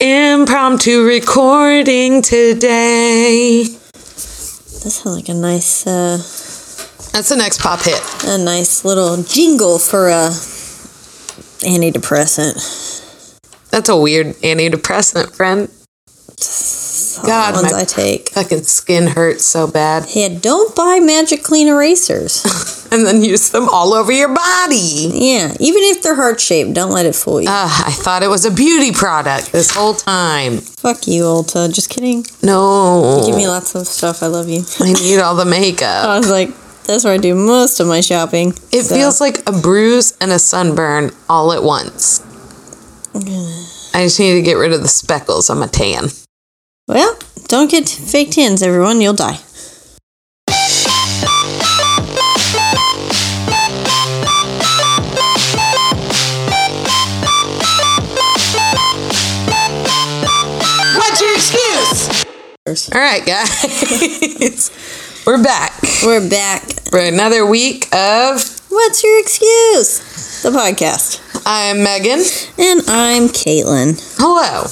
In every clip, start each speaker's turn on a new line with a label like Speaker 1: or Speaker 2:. Speaker 1: Impromptu recording today.
Speaker 2: That sounds like a nice, uh,
Speaker 1: That's the next pop hit.
Speaker 2: a nice little jingle for a antidepressant.
Speaker 1: That's a weird antidepressant, friend. God,
Speaker 2: ones
Speaker 1: my
Speaker 2: I take.
Speaker 1: fucking skin hurts so bad.
Speaker 2: Yeah, don't buy magic clean erasers.
Speaker 1: And then use them all over your body.
Speaker 2: yeah, even if they're heart shaped, don't let it fool you.
Speaker 1: Ugh, I thought it was a beauty product this whole time.
Speaker 2: Fuck you, Ulta. Just kidding.
Speaker 1: No.
Speaker 2: Give me lots of stuff. I love you.
Speaker 1: Oh. I need all the makeup.
Speaker 2: I was like, that's where I do most of my shopping.
Speaker 1: It
Speaker 2: So,
Speaker 1: feels like a bruise and a sunburn all at once. I just need to get rid of the speckles on my tan.
Speaker 2: well, don't get fake tins, everyone. You'll die.
Speaker 1: What's your excuse? All right, guys. We're back
Speaker 2: We're back.
Speaker 1: for another week of
Speaker 2: What's your excuse? The podcast.
Speaker 1: I'm Megan.
Speaker 2: And I'm Caitlin.
Speaker 1: Hello.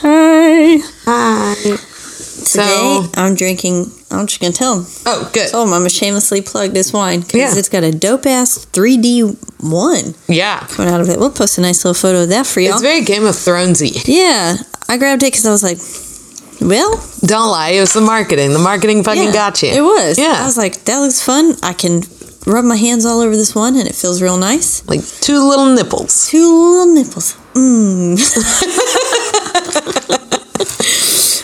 Speaker 2: Hi.
Speaker 1: Hi.
Speaker 2: Today,
Speaker 1: So,
Speaker 2: I'm drinking. I'm just gonna tell them.
Speaker 1: oh, good.
Speaker 2: Oh, I'm gonna shamelessly plug this wine because
Speaker 1: Yeah.
Speaker 2: it's got a dope ass 3D one
Speaker 1: Yeah.
Speaker 2: coming out of it. We'll post a nice little photo of that for y'all.
Speaker 1: It's very Game of Thronesy.
Speaker 2: yeah, I grabbed it because I was like, well,
Speaker 1: Don't lie, it was the marketing. The marketing fucking
Speaker 2: yeah,
Speaker 1: got you.
Speaker 2: It was.
Speaker 1: Yeah.
Speaker 2: I was like, that looks fun. I can rub my hands all over this one, and it feels real nice.
Speaker 1: like two little nipples.
Speaker 2: Two little nipples. Mmm.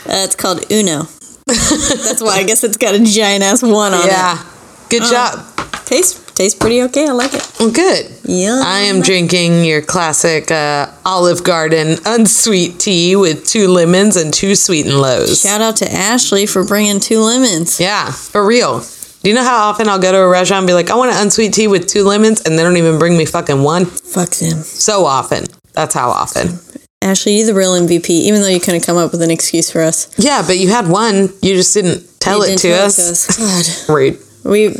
Speaker 2: uh, it's called Uno. That's why I guess it's got a giant ass one on it.
Speaker 1: Yeah. Uh-huh. Good job.
Speaker 2: Tastes tastes pretty okay. I like it.
Speaker 1: Well, good.
Speaker 2: Yeah.
Speaker 1: I am drinking your classic uh, Olive Garden unsweet tea with two lemons and two sweetened lows.
Speaker 2: Shout out to Ashley for bringing two lemons.
Speaker 1: Yeah, for real. Do you know how often I'll go to a restaurant and be like, I want an unsweet tea with two lemons, and they don't even bring me fucking one?
Speaker 2: Fuck them.
Speaker 1: So often. That's how often.
Speaker 2: Ashley, you're the real MVP, even though you couldn't come up with an excuse for us.
Speaker 1: Yeah, but you had one. You just didn't tell
Speaker 2: You
Speaker 1: it
Speaker 2: didn't
Speaker 1: to
Speaker 2: tell
Speaker 1: us.
Speaker 2: us.
Speaker 1: Rude.
Speaker 2: God. We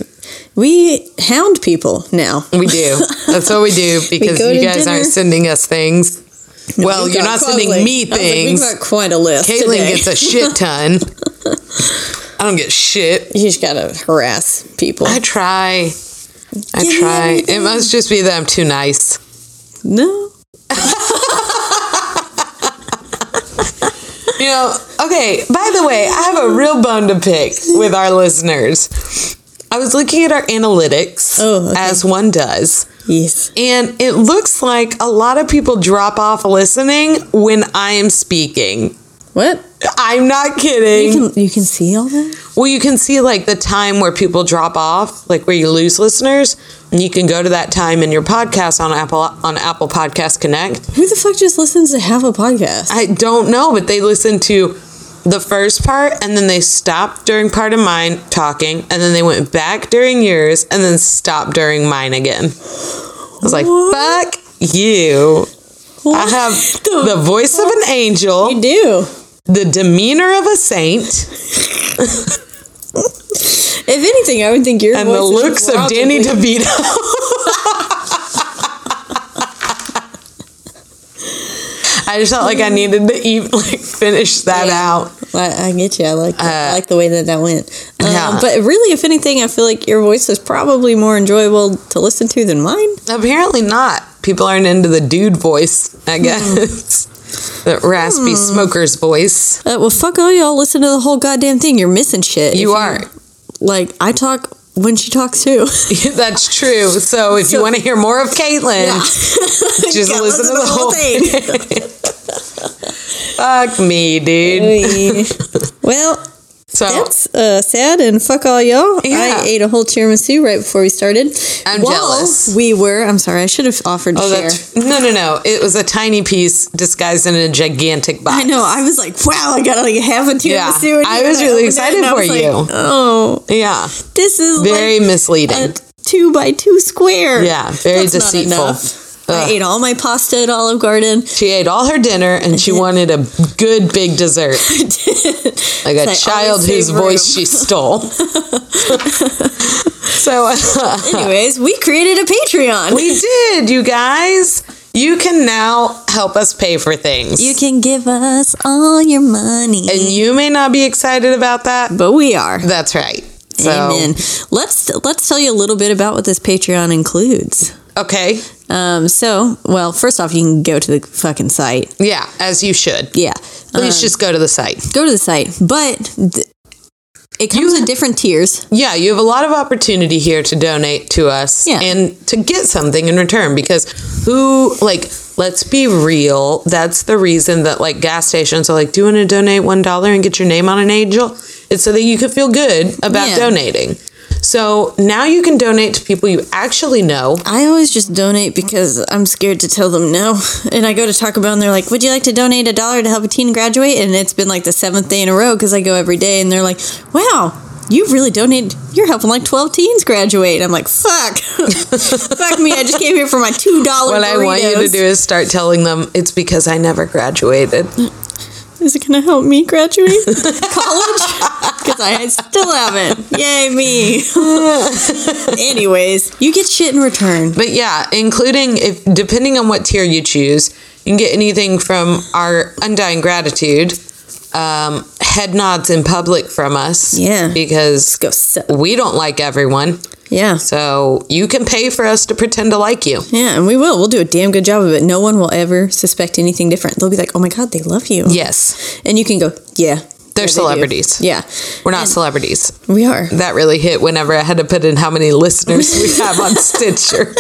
Speaker 2: we hound people now.
Speaker 1: We do. That's what we do because
Speaker 2: go
Speaker 1: you
Speaker 2: to
Speaker 1: guys aren't
Speaker 2: dinner.
Speaker 1: sending us things. well,
Speaker 2: We've
Speaker 1: you're
Speaker 2: got
Speaker 1: not
Speaker 2: quite-
Speaker 1: sending me
Speaker 2: I was like,
Speaker 1: things.
Speaker 2: we've got quite a list.
Speaker 1: Caitlin
Speaker 2: today.
Speaker 1: gets a shit ton. I don't get shit.
Speaker 2: You just gotta harass people.
Speaker 1: I try. I
Speaker 2: Give me
Speaker 1: try. It
Speaker 2: everything.
Speaker 1: must just be that I'm too nice.
Speaker 2: no.
Speaker 1: You know, okay, by the way, I have a real bone to pick with our listeners. I was looking at our analytics,
Speaker 2: Oh, okay.
Speaker 1: as one does,
Speaker 2: Yes.
Speaker 1: and it looks like a lot of people drop off listening when I am speaking.
Speaker 2: What?
Speaker 1: I'm not kidding.
Speaker 2: You can you can see all that?
Speaker 1: well, you can see like the time where people drop off, like where you lose listeners, and you can go to that time in your podcast on Apple on Apple Podcast Connect.
Speaker 2: Who the fuck just listens to have a podcast?
Speaker 1: I don't know, but they listened to the first part and then they stopped during part of mine talking and then they went back during yours and then stopped during mine again. I was like,
Speaker 2: What?
Speaker 1: fuck you. I
Speaker 2: What
Speaker 1: have
Speaker 2: the
Speaker 1: the voice of an
Speaker 2: You
Speaker 1: angel,
Speaker 2: do.
Speaker 1: the demeanor of a saint,
Speaker 2: If anything, I would think your
Speaker 1: and the
Speaker 2: voice is
Speaker 1: looks of
Speaker 2: wildly-
Speaker 1: Danny DeVito. I just felt like I needed to even like finish that
Speaker 2: Yeah.
Speaker 1: out.
Speaker 2: I, I get you. I like that.
Speaker 1: Uh,
Speaker 2: I like the way that that went. Uh,
Speaker 1: yeah.
Speaker 2: But really, if anything, I feel like your voice is probably more enjoyable to listen to than mine.
Speaker 1: Apparently not. people aren't into the dude voice, I
Speaker 2: Hmm.
Speaker 1: guess. that raspy smoker's voice.
Speaker 2: Uh, well, fuck all y'all. Listen to the whole goddamn thing. You're missing shit. If
Speaker 1: You are.
Speaker 2: like I talk when she talks too.
Speaker 1: That's true. So if you want to hear more of Caitlin, just
Speaker 2: Yeah,
Speaker 1: listen to the whole thing. Fuck me, dude.
Speaker 2: thing. well,
Speaker 1: So
Speaker 2: that's uh, sad and fuck all y'all.
Speaker 1: Yeah.
Speaker 2: I ate a whole tiramisu right before we started.
Speaker 1: I'm
Speaker 2: While
Speaker 1: jealous.
Speaker 2: We were. I'm sorry. I should have offered to
Speaker 1: Oh,
Speaker 2: share.
Speaker 1: that's no, no, no. It was a tiny piece disguised in a gigantic box.
Speaker 2: I know. I was like, wow, I got like half a tiramisu.
Speaker 1: Yeah,
Speaker 2: in here,
Speaker 1: I was
Speaker 2: and
Speaker 1: really
Speaker 2: opened it,
Speaker 1: excited
Speaker 2: and I
Speaker 1: for
Speaker 2: was like,
Speaker 1: you.
Speaker 2: oh,
Speaker 1: Yeah,
Speaker 2: this is
Speaker 1: very
Speaker 2: like
Speaker 1: misleading.
Speaker 2: a two by two square.
Speaker 1: yeah, very
Speaker 2: That's not
Speaker 1: deceitful.
Speaker 2: enough.
Speaker 1: Ugh.
Speaker 2: I ate all my pasta at Olive Garden.
Speaker 1: She ate all her dinner and she wanted a good big dessert, like a
Speaker 2: I
Speaker 1: child
Speaker 2: always
Speaker 1: whose
Speaker 2: save
Speaker 1: voice
Speaker 2: room.
Speaker 1: she stole. so uh,
Speaker 2: Anyways, we created a Patreon.
Speaker 1: we did, you guys. You can now help us pay for things.
Speaker 2: you can give us all your money.
Speaker 1: and you may not be excited about that.
Speaker 2: but we are.
Speaker 1: That's right. So,
Speaker 2: Amen. Let's let's tell you a little bit about what this Patreon includes.
Speaker 1: okay.
Speaker 2: Um, so, well, first off, you can go to the fucking site.
Speaker 1: Yeah, as you should.
Speaker 2: Yeah,
Speaker 1: Please just go to the site.
Speaker 2: go to the site. But th- it comes in different tiers.
Speaker 1: Yeah, you have a lot of opportunity here to donate to us
Speaker 2: Yeah.
Speaker 1: and to get something in return because who like let's be real, that's the reason that like gas stations are like, Do you want to donate one dollar and get your name on an angel? It's so that you can feel good about
Speaker 2: Yeah.
Speaker 1: donating. So now you can donate to people you actually know.
Speaker 2: I always just donate because I'm scared to tell them no. And I go to Taco Bell and they're like, "Would you like to donate a dollar to help a teen graduate?" And it's been like the seventh day in a row because I go every day, and they're like, "Wow." You really donated. You're helping like 12 teens graduate. And I'm like, fuck. fuck me. I just came here for my $2
Speaker 1: What I want you to do is start telling them it's because I never graduated.
Speaker 2: Is it going to help me graduate college? Because I still haven't. Yay, me. Anyways, you get shit in return.
Speaker 1: But yeah, including if depending on what tier you choose, you can get anything from our undying gratitude, um, head nods in public from us.
Speaker 2: Yeah.
Speaker 1: Because
Speaker 2: Go sell.
Speaker 1: we don't like everyone.
Speaker 2: Yeah.
Speaker 1: So you can pay for us to pretend to like you.
Speaker 2: Yeah, and we will. We'll do a damn good job of it. No one will ever suspect anything different. They'll be like, oh my God, they love you.
Speaker 1: Yes.
Speaker 2: And you can go, yeah.
Speaker 1: They're
Speaker 2: Yeah, they do.
Speaker 1: celebrities.
Speaker 2: yeah.
Speaker 1: We're not celebrities.
Speaker 2: We are.
Speaker 1: That really hit whenever I had to put in how many listeners we have on Stitcher.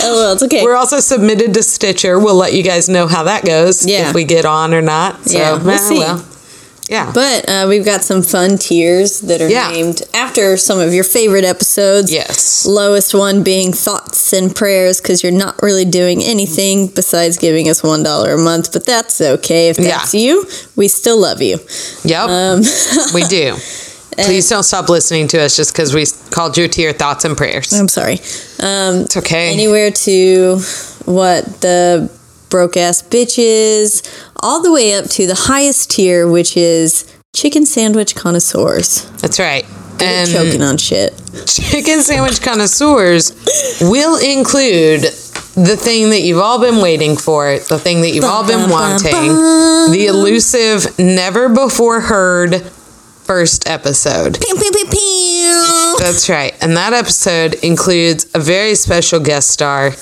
Speaker 2: Oh, well, it's okay.
Speaker 1: We're also submitted to Stitcher. We'll let you guys know how that goes.
Speaker 2: Yeah.
Speaker 1: If we get on or not. So,
Speaker 2: Yeah, we'll
Speaker 1: eh,
Speaker 2: see.
Speaker 1: yeah.
Speaker 2: but uh, we've got some fun tiers that are
Speaker 1: Yeah.
Speaker 2: named after some of your favorite episodes.
Speaker 1: yes.
Speaker 2: Lowest one being thoughts and prayers because you're not really doing anything besides giving us $1 a month, but that's okay. If that's
Speaker 1: Yeah.
Speaker 2: you, we still love you.
Speaker 1: Yep. we do. Please don't stop listening to us just because we called you to your thoughts and prayers.
Speaker 2: I'm sorry. Um,
Speaker 1: It's okay.
Speaker 2: anywhere to what the broke ass bitches, all the way up to the highest tier, which is chicken sandwich connoisseurs.
Speaker 1: That's right.
Speaker 2: They're
Speaker 1: And
Speaker 2: choking on shit.
Speaker 1: chicken sandwich connoisseurs will include the thing that you've all been waiting for, the thing that you've all been
Speaker 2: bum, bum,
Speaker 1: wanting, the elusive, never before heard first episode.
Speaker 2: Pew, pew, pew, pew.
Speaker 1: That's right. And that episode includes a very special guest star,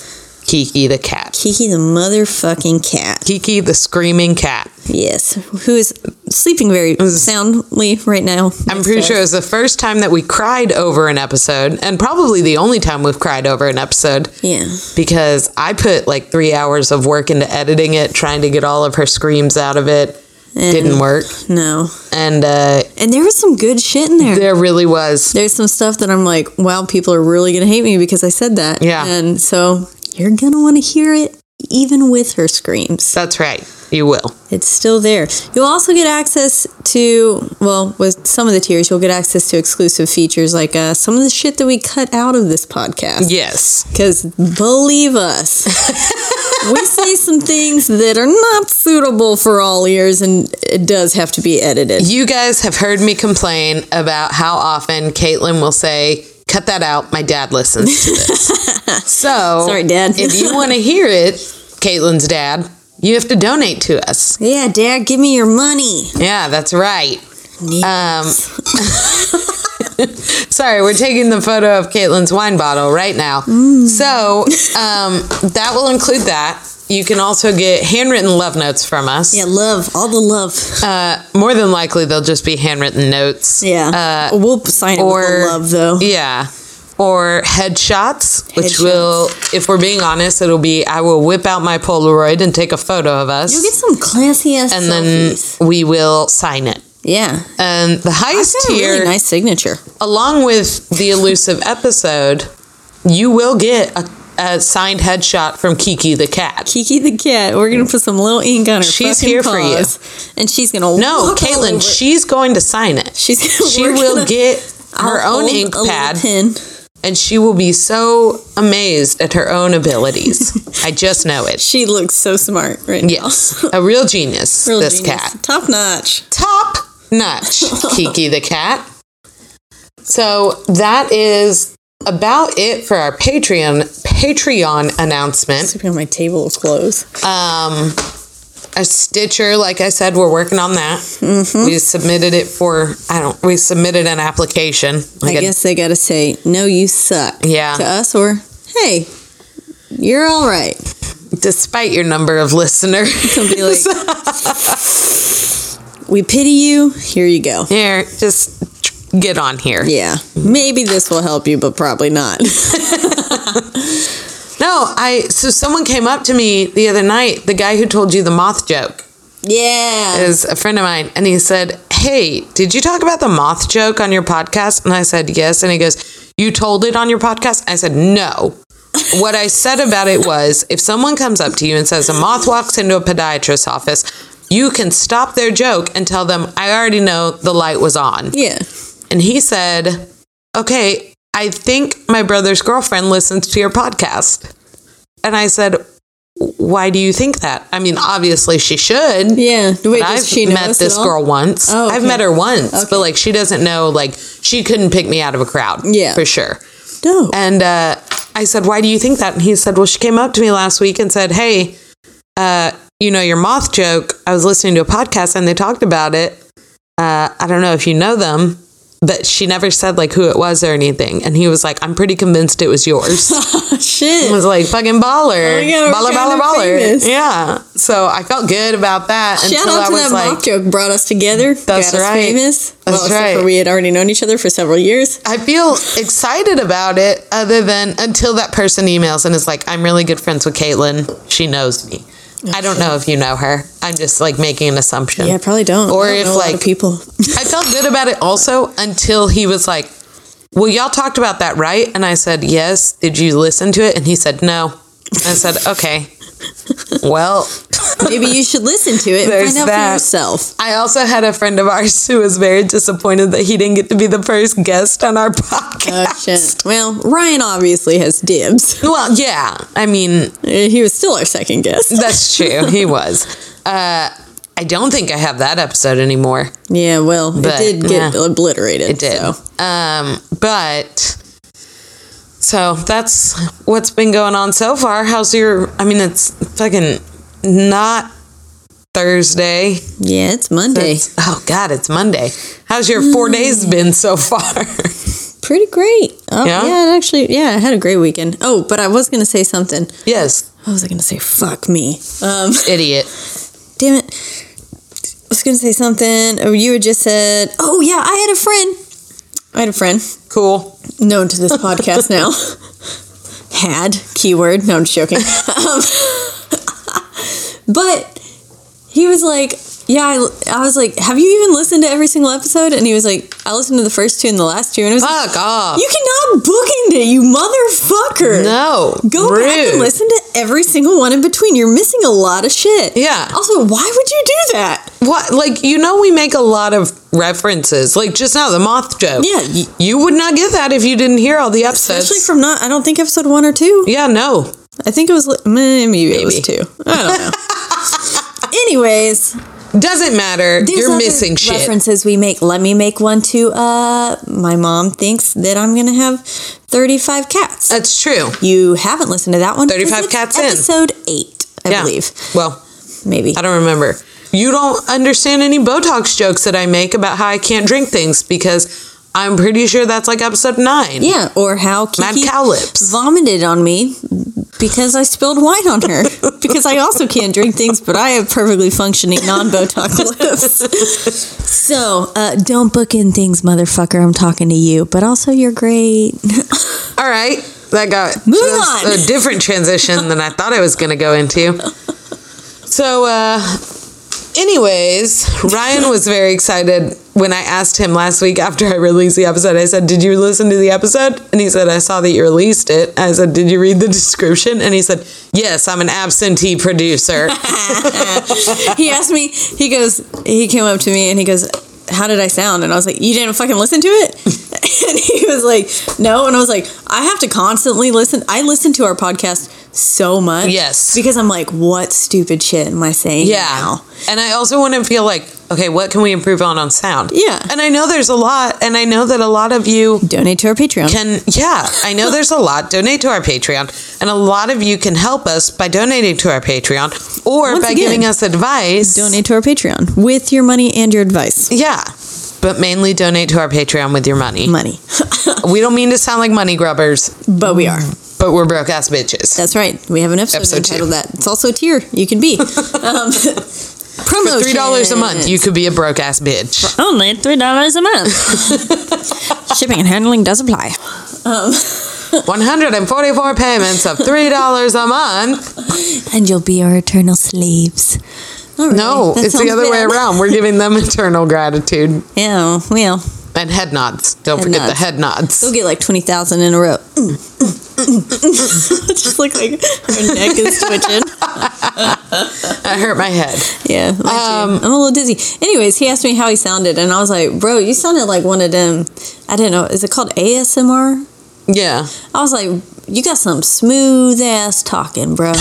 Speaker 1: Kiki the cat.
Speaker 2: Kiki the motherfucking cat.
Speaker 1: Kiki the screaming cat.
Speaker 2: Yes. Who is sleeping very soundly right now.
Speaker 1: I'm pretty sure it was the first time that we cried over an episode, and probably the only time we've cried over an episode
Speaker 2: Yeah.
Speaker 1: because I put like three hours of work into editing it, trying to get all of her screams out of it.
Speaker 2: Mm-hmm.
Speaker 1: Didn't work.
Speaker 2: No.
Speaker 1: And uh,
Speaker 2: And there was some good shit in there.
Speaker 1: there really was.
Speaker 2: There's some stuff that I'm like, wow, people are really going to hate me because I said that.
Speaker 1: Yeah.
Speaker 2: And so you're going to want to hear it even with her screams.
Speaker 1: That's right. You will.
Speaker 2: It's still there. You'll also get access to, well, with some of the tiers, you'll get access to exclusive features like uh, some of the shit that we cut out of this podcast.
Speaker 1: Yes.
Speaker 2: Because believe us, we say some things that are not suitable for all ears and it does have to be edited.
Speaker 1: You guys have heard me complain about how often Caitlin will say, Cut that out. My dad listens to this. so,
Speaker 2: Sorry, Dad.
Speaker 1: if you want to hear it, Caitlin's dad, you have to donate to us.
Speaker 2: Yeah, Dad, give me your money.
Speaker 1: Uh, Yeah, that's right. Um, Sorry, we're taking the photo of Caitlin's wine bottle right now. So um, that will include that. You can also get handwritten love notes from us.
Speaker 2: Yeah, love. All the love.
Speaker 1: Uh, more than likely, they'll just be handwritten notes.
Speaker 2: yeah.
Speaker 1: Uh,
Speaker 2: we'll sign it with
Speaker 1: or-
Speaker 2: the love, though.
Speaker 1: Yeah. Or headshots, which
Speaker 2: Headshots.
Speaker 1: will, if we're being honest, it'll be I will whip out my Polaroid and take a photo of us,
Speaker 2: You'll get some classy ass
Speaker 1: and then
Speaker 2: selfies.
Speaker 1: we will sign it.
Speaker 2: yeah.
Speaker 1: And the highest
Speaker 2: That's a
Speaker 1: tier,
Speaker 2: really nice signature.
Speaker 1: along with the elusive episode, you will get a, a signed headshot from Kiki the cat.
Speaker 2: Kiki the cat. We're gonna put some little ink on her.
Speaker 1: She's
Speaker 2: fucking
Speaker 1: here for you.
Speaker 2: paws, and she's gonna
Speaker 1: No,
Speaker 2: walk all over
Speaker 1: Caitlin,
Speaker 2: it.
Speaker 1: she's going to sign it.
Speaker 2: she's gonna
Speaker 1: She
Speaker 2: we're
Speaker 1: will
Speaker 2: gonna-
Speaker 1: get
Speaker 2: I'll
Speaker 1: her own
Speaker 2: hold
Speaker 1: ink
Speaker 2: a little
Speaker 1: pad
Speaker 2: Pen.
Speaker 1: and she will be so amazed at her own abilities. I just know it.
Speaker 2: She looks so smart right
Speaker 1: Yes,
Speaker 2: now.
Speaker 1: a real genius.
Speaker 2: Real
Speaker 1: this
Speaker 2: genius.
Speaker 1: cat,
Speaker 2: top notch.
Speaker 1: top notch, Kiki the cat. So that is about it for our Patreon Patreon announcement.
Speaker 2: Sleeping on my table of clothes.
Speaker 1: Um, a Stitcher, like I said, we're working on that.
Speaker 2: Mm-hmm.
Speaker 1: We submitted it for I don't. We submitted an application.
Speaker 2: I
Speaker 1: Like a-
Speaker 2: guess they gotta say no, you suck.
Speaker 1: Yeah.
Speaker 2: To us or hey, you're all right.
Speaker 1: despite your number of listeners,
Speaker 2: Somebody like we pity you. Here you go.
Speaker 1: here, just get on here.
Speaker 2: Yeah, maybe this will help you, but probably not.
Speaker 1: No, I so someone came up to me the other night, the guy who told you the moth joke
Speaker 2: yeah.
Speaker 1: is a friend of mine, and he said, Hey, did you talk about the moth joke on your podcast? And I said, Yes. And he goes, You told it on your podcast? I said, No. What I said about it was if someone comes up to you and says a moth walks into a podiatrist's office, you can stop their joke and tell them, I already know the light was on.
Speaker 2: Yeah.
Speaker 1: And he said, Okay, I think my brother's girlfriend listens to your podcast. And I said, Why do you think that? I mean, obviously she should.
Speaker 2: Yeah. Wait,
Speaker 1: But
Speaker 2: does
Speaker 1: I've
Speaker 2: she know
Speaker 1: met
Speaker 2: us
Speaker 1: this
Speaker 2: at all?
Speaker 1: girl once.
Speaker 2: Oh,
Speaker 1: I've
Speaker 2: okay.
Speaker 1: met her once,
Speaker 2: Okay.
Speaker 1: but like she doesn't know, like she couldn't pick me out of a crowd.
Speaker 2: Yeah.
Speaker 1: For sure.
Speaker 2: No.
Speaker 1: And uh, I said, Why do you think that? And he said, Well, she came up to me last week and said, Hey, uh, you know, your moth joke. I was listening to a podcast and they talked about it. Uh, I don't know if you know them, but she never said like who it was or anything. And he was like, I'm pretty convinced it was yours.
Speaker 2: Shit.
Speaker 1: I was like, fucking baller.
Speaker 2: Oh my God, we're
Speaker 1: baller,
Speaker 2: kinda
Speaker 1: baller, baller.
Speaker 2: famous.
Speaker 1: Yeah. So I felt good about that
Speaker 2: Shout
Speaker 1: until
Speaker 2: out
Speaker 1: I
Speaker 2: to
Speaker 1: was
Speaker 2: that
Speaker 1: like,
Speaker 2: mock joke brought us together.
Speaker 1: That's
Speaker 2: got us
Speaker 1: right.
Speaker 2: famous.
Speaker 1: That's
Speaker 2: well, except
Speaker 1: right.
Speaker 2: for we had already known each other for several years.
Speaker 1: I feel excited about it, other than until that person emails and is like, I'm really good friends with Caitlin. She knows me. I don't know if you know her. I'm just like making an assumption.
Speaker 2: Yeah, I probably don't.
Speaker 1: Or
Speaker 2: I don't
Speaker 1: if,
Speaker 2: know a lot of
Speaker 1: like-
Speaker 2: people.
Speaker 1: I felt good about it also until he was like, Well, y'all talked about that, right? And I said, Yes. Did you listen to it? And he said, No. I said, Okay. Well,
Speaker 2: Maybe you should listen to it and
Speaker 1: There's
Speaker 2: find out
Speaker 1: that.
Speaker 2: for yourself.
Speaker 1: I also had a friend of ours who was very disappointed that he didn't get to be the first guest on our podcast.
Speaker 2: Oh, shit. Well, Ryan obviously has dibs.
Speaker 1: Well, yeah. I mean,
Speaker 2: Uh, He was still our second guest.
Speaker 1: That's true. He was. Uh, I don't think I have that episode anymore.
Speaker 2: Yeah, well,
Speaker 1: But,
Speaker 2: it did get
Speaker 1: yeah.
Speaker 2: obliterated.
Speaker 1: It did.
Speaker 2: so.
Speaker 1: Um, but so that's what's been going on so far. How's your? I mean, it's fucking not Thursday.
Speaker 2: Yeah, it's Monday.
Speaker 1: It's- oh God, it's Monday. How's your four days been so far?
Speaker 2: Pretty great. Oh,
Speaker 1: Yeah?
Speaker 2: yeah? it actually, yeah, I had a great weekend. Oh, but I was going to say something.
Speaker 1: yes,
Speaker 2: What was I going to say? Fuck me. Um,
Speaker 1: idiot.
Speaker 2: damn it. I was going to say something. Oh, you had just said, oh, yeah, I had a friend. I had a friend
Speaker 1: Cool.
Speaker 2: known to this podcast now. Had, keyword. No, I'm just joking. um, but he was like, yeah, I, I was like, have you even listened to every single episode? And he was like, I listened to the first two and the last two. And I was like,
Speaker 1: Fuck off.
Speaker 2: you cannot bookend it, you motherfucker.
Speaker 1: Ah. no.
Speaker 2: Go back
Speaker 1: rude.
Speaker 2: and listen to every single one in between. You're missing a lot of shit.
Speaker 1: Yeah.
Speaker 2: Also, why would you do that?
Speaker 1: What like you know we make a lot of references like just now the moth joke.
Speaker 2: Yeah, y-
Speaker 1: you would not get that if you didn't hear all the episodes.
Speaker 2: Especially from not, I don't think episode one or two.
Speaker 1: yeah, no.
Speaker 2: I think it was, li- meh, maybe, it was
Speaker 1: Maybe.
Speaker 2: two. I don't know. Anyways,
Speaker 1: Doesn't matter.
Speaker 2: there's
Speaker 1: You're
Speaker 2: other
Speaker 1: missing shit.
Speaker 2: references we make. Let me make one to, uh, my mom thinks that I'm going to have 35 cats.
Speaker 1: That's true.
Speaker 2: you haven't listened to that one.
Speaker 1: 35
Speaker 2: 'cause it's
Speaker 1: cats in.
Speaker 2: episode eight, I
Speaker 1: yeah.
Speaker 2: believe.
Speaker 1: Well,
Speaker 2: Maybe.
Speaker 1: I don't remember. You don't understand any Botox jokes that I make about how I can't drink things because I'm pretty sure that's like episode nine.
Speaker 2: Yeah, or how
Speaker 1: Mad
Speaker 2: Kiki
Speaker 1: cow lips.
Speaker 2: vomited on me because I spilled wine on her. because I also can't drink things, but I have perfectly functioning non Botox lips. so uh, don't book in things, motherfucker. I'm talking to you, but also you're great.
Speaker 1: All right. That got
Speaker 2: Move
Speaker 1: that's
Speaker 2: on.
Speaker 1: a different transition than I thought I was going to go into. So, uh, anyways, Ryan was very excited when I asked him last week after I released the episode. I said, Did you listen to the episode? And he said, I saw that you released it. I said, Did you read the description? And he said, Yes, I'm an absentee producer.
Speaker 2: he asked me, he goes, he came up to me and he goes, How did I sound? And I was like, You didn't fucking listen to it? and he was like, No. And I was like, I have to constantly listen. I listen to our podcast so much.
Speaker 1: Yes.
Speaker 2: Because I'm like, What stupid shit am I saying?
Speaker 1: Yeah.
Speaker 2: now?"
Speaker 1: And I also want to feel like, okay, what can we improve on on sound?
Speaker 2: Yeah.
Speaker 1: And I know there's a lot, and I know that a lot of you
Speaker 2: Donate to our Patreon.
Speaker 1: can yeah i know there's a lot donate to our patreon and a lot of you can help us by donating to our patreon or
Speaker 2: Once
Speaker 1: by
Speaker 2: again,
Speaker 1: giving us advice
Speaker 2: Donate to our Patreon with your money and your advice.
Speaker 1: yeah but mainly donate to our patreon with your money
Speaker 2: Money.
Speaker 1: we don't mean to sound like money grubbers
Speaker 2: but we are.
Speaker 1: but we're broke ass bitches
Speaker 2: That's right. We have an episode,
Speaker 1: Episode two.
Speaker 2: entitled that. It's also a tier you can be. um,
Speaker 1: for
Speaker 2: promotion.
Speaker 1: three dollars a month you could be a broke ass bitch
Speaker 2: Only three dollars a month. Shipping and handling does apply. Um,
Speaker 1: 144 payments of three dollars a month
Speaker 2: And you'll be our eternal slaves. All right,
Speaker 1: no
Speaker 2: that
Speaker 1: it's the
Speaker 2: sounds
Speaker 1: other way
Speaker 2: bad.
Speaker 1: around we're giving them eternal gratitude
Speaker 2: Yeah, well,
Speaker 1: and head nods don't
Speaker 2: Head
Speaker 1: forget the
Speaker 2: nods.
Speaker 1: head nods
Speaker 2: we'll get like twenty thousand in a row. Just look like her neck is twitching.
Speaker 1: i hurt my head
Speaker 2: Yeah, mine too.
Speaker 1: Um,
Speaker 2: I'm a little dizzy. Anyways, he asked me how he sounded, and I was like, "Bro, you sounded like one of them. I don't know. Is it called ASMR?
Speaker 1: yeah
Speaker 2: I was like, you got some smooth ass talking, bro." and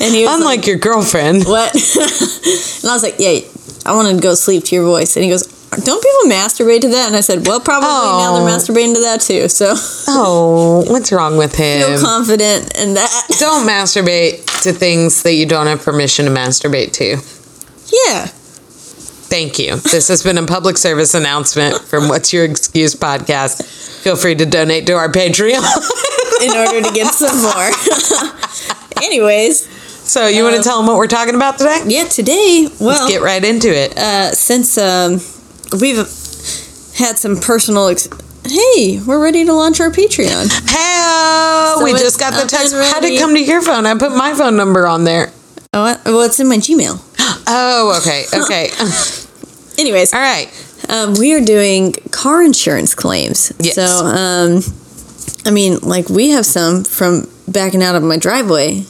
Speaker 2: he was like,
Speaker 1: unlike your girlfriend
Speaker 2: what? and I was like, yeah, I want to go sleep to your voice. And he goes, don't people masturbate to that? And I said, well, probably now
Speaker 1: Oh.
Speaker 2: they're masturbating to that too. So
Speaker 1: Oh, what's wrong with him?
Speaker 2: feel confident in that.
Speaker 1: don't masturbate to things that you don't have permission to masturbate to.
Speaker 2: Yeah.
Speaker 1: Thank you. This has been a public service announcement from What's Your Excuse podcast. Feel free to donate to our Patreon.
Speaker 2: In order to get some more. Anyways,
Speaker 1: So, you want to tell them what we're talking about today?
Speaker 2: yeah, today, Uh, well,
Speaker 1: Let's get right into it.
Speaker 2: uh, since um, we've had some personal. Ex- hey, we're ready to launch our Patreon.
Speaker 1: Hey,
Speaker 2: so
Speaker 1: we
Speaker 2: it's
Speaker 1: just got the
Speaker 2: up
Speaker 1: text.
Speaker 2: and
Speaker 1: How did
Speaker 2: ready.
Speaker 1: it come to your phone? I put my phone number on there.
Speaker 2: Oh, I- well, it's in my Gmail.
Speaker 1: Oh, okay. Okay.
Speaker 2: Anyways,
Speaker 1: All right.
Speaker 2: Um, we are doing car insurance claims.
Speaker 1: Yes.
Speaker 2: So, um, I mean, like we have some from backing out of my driveway.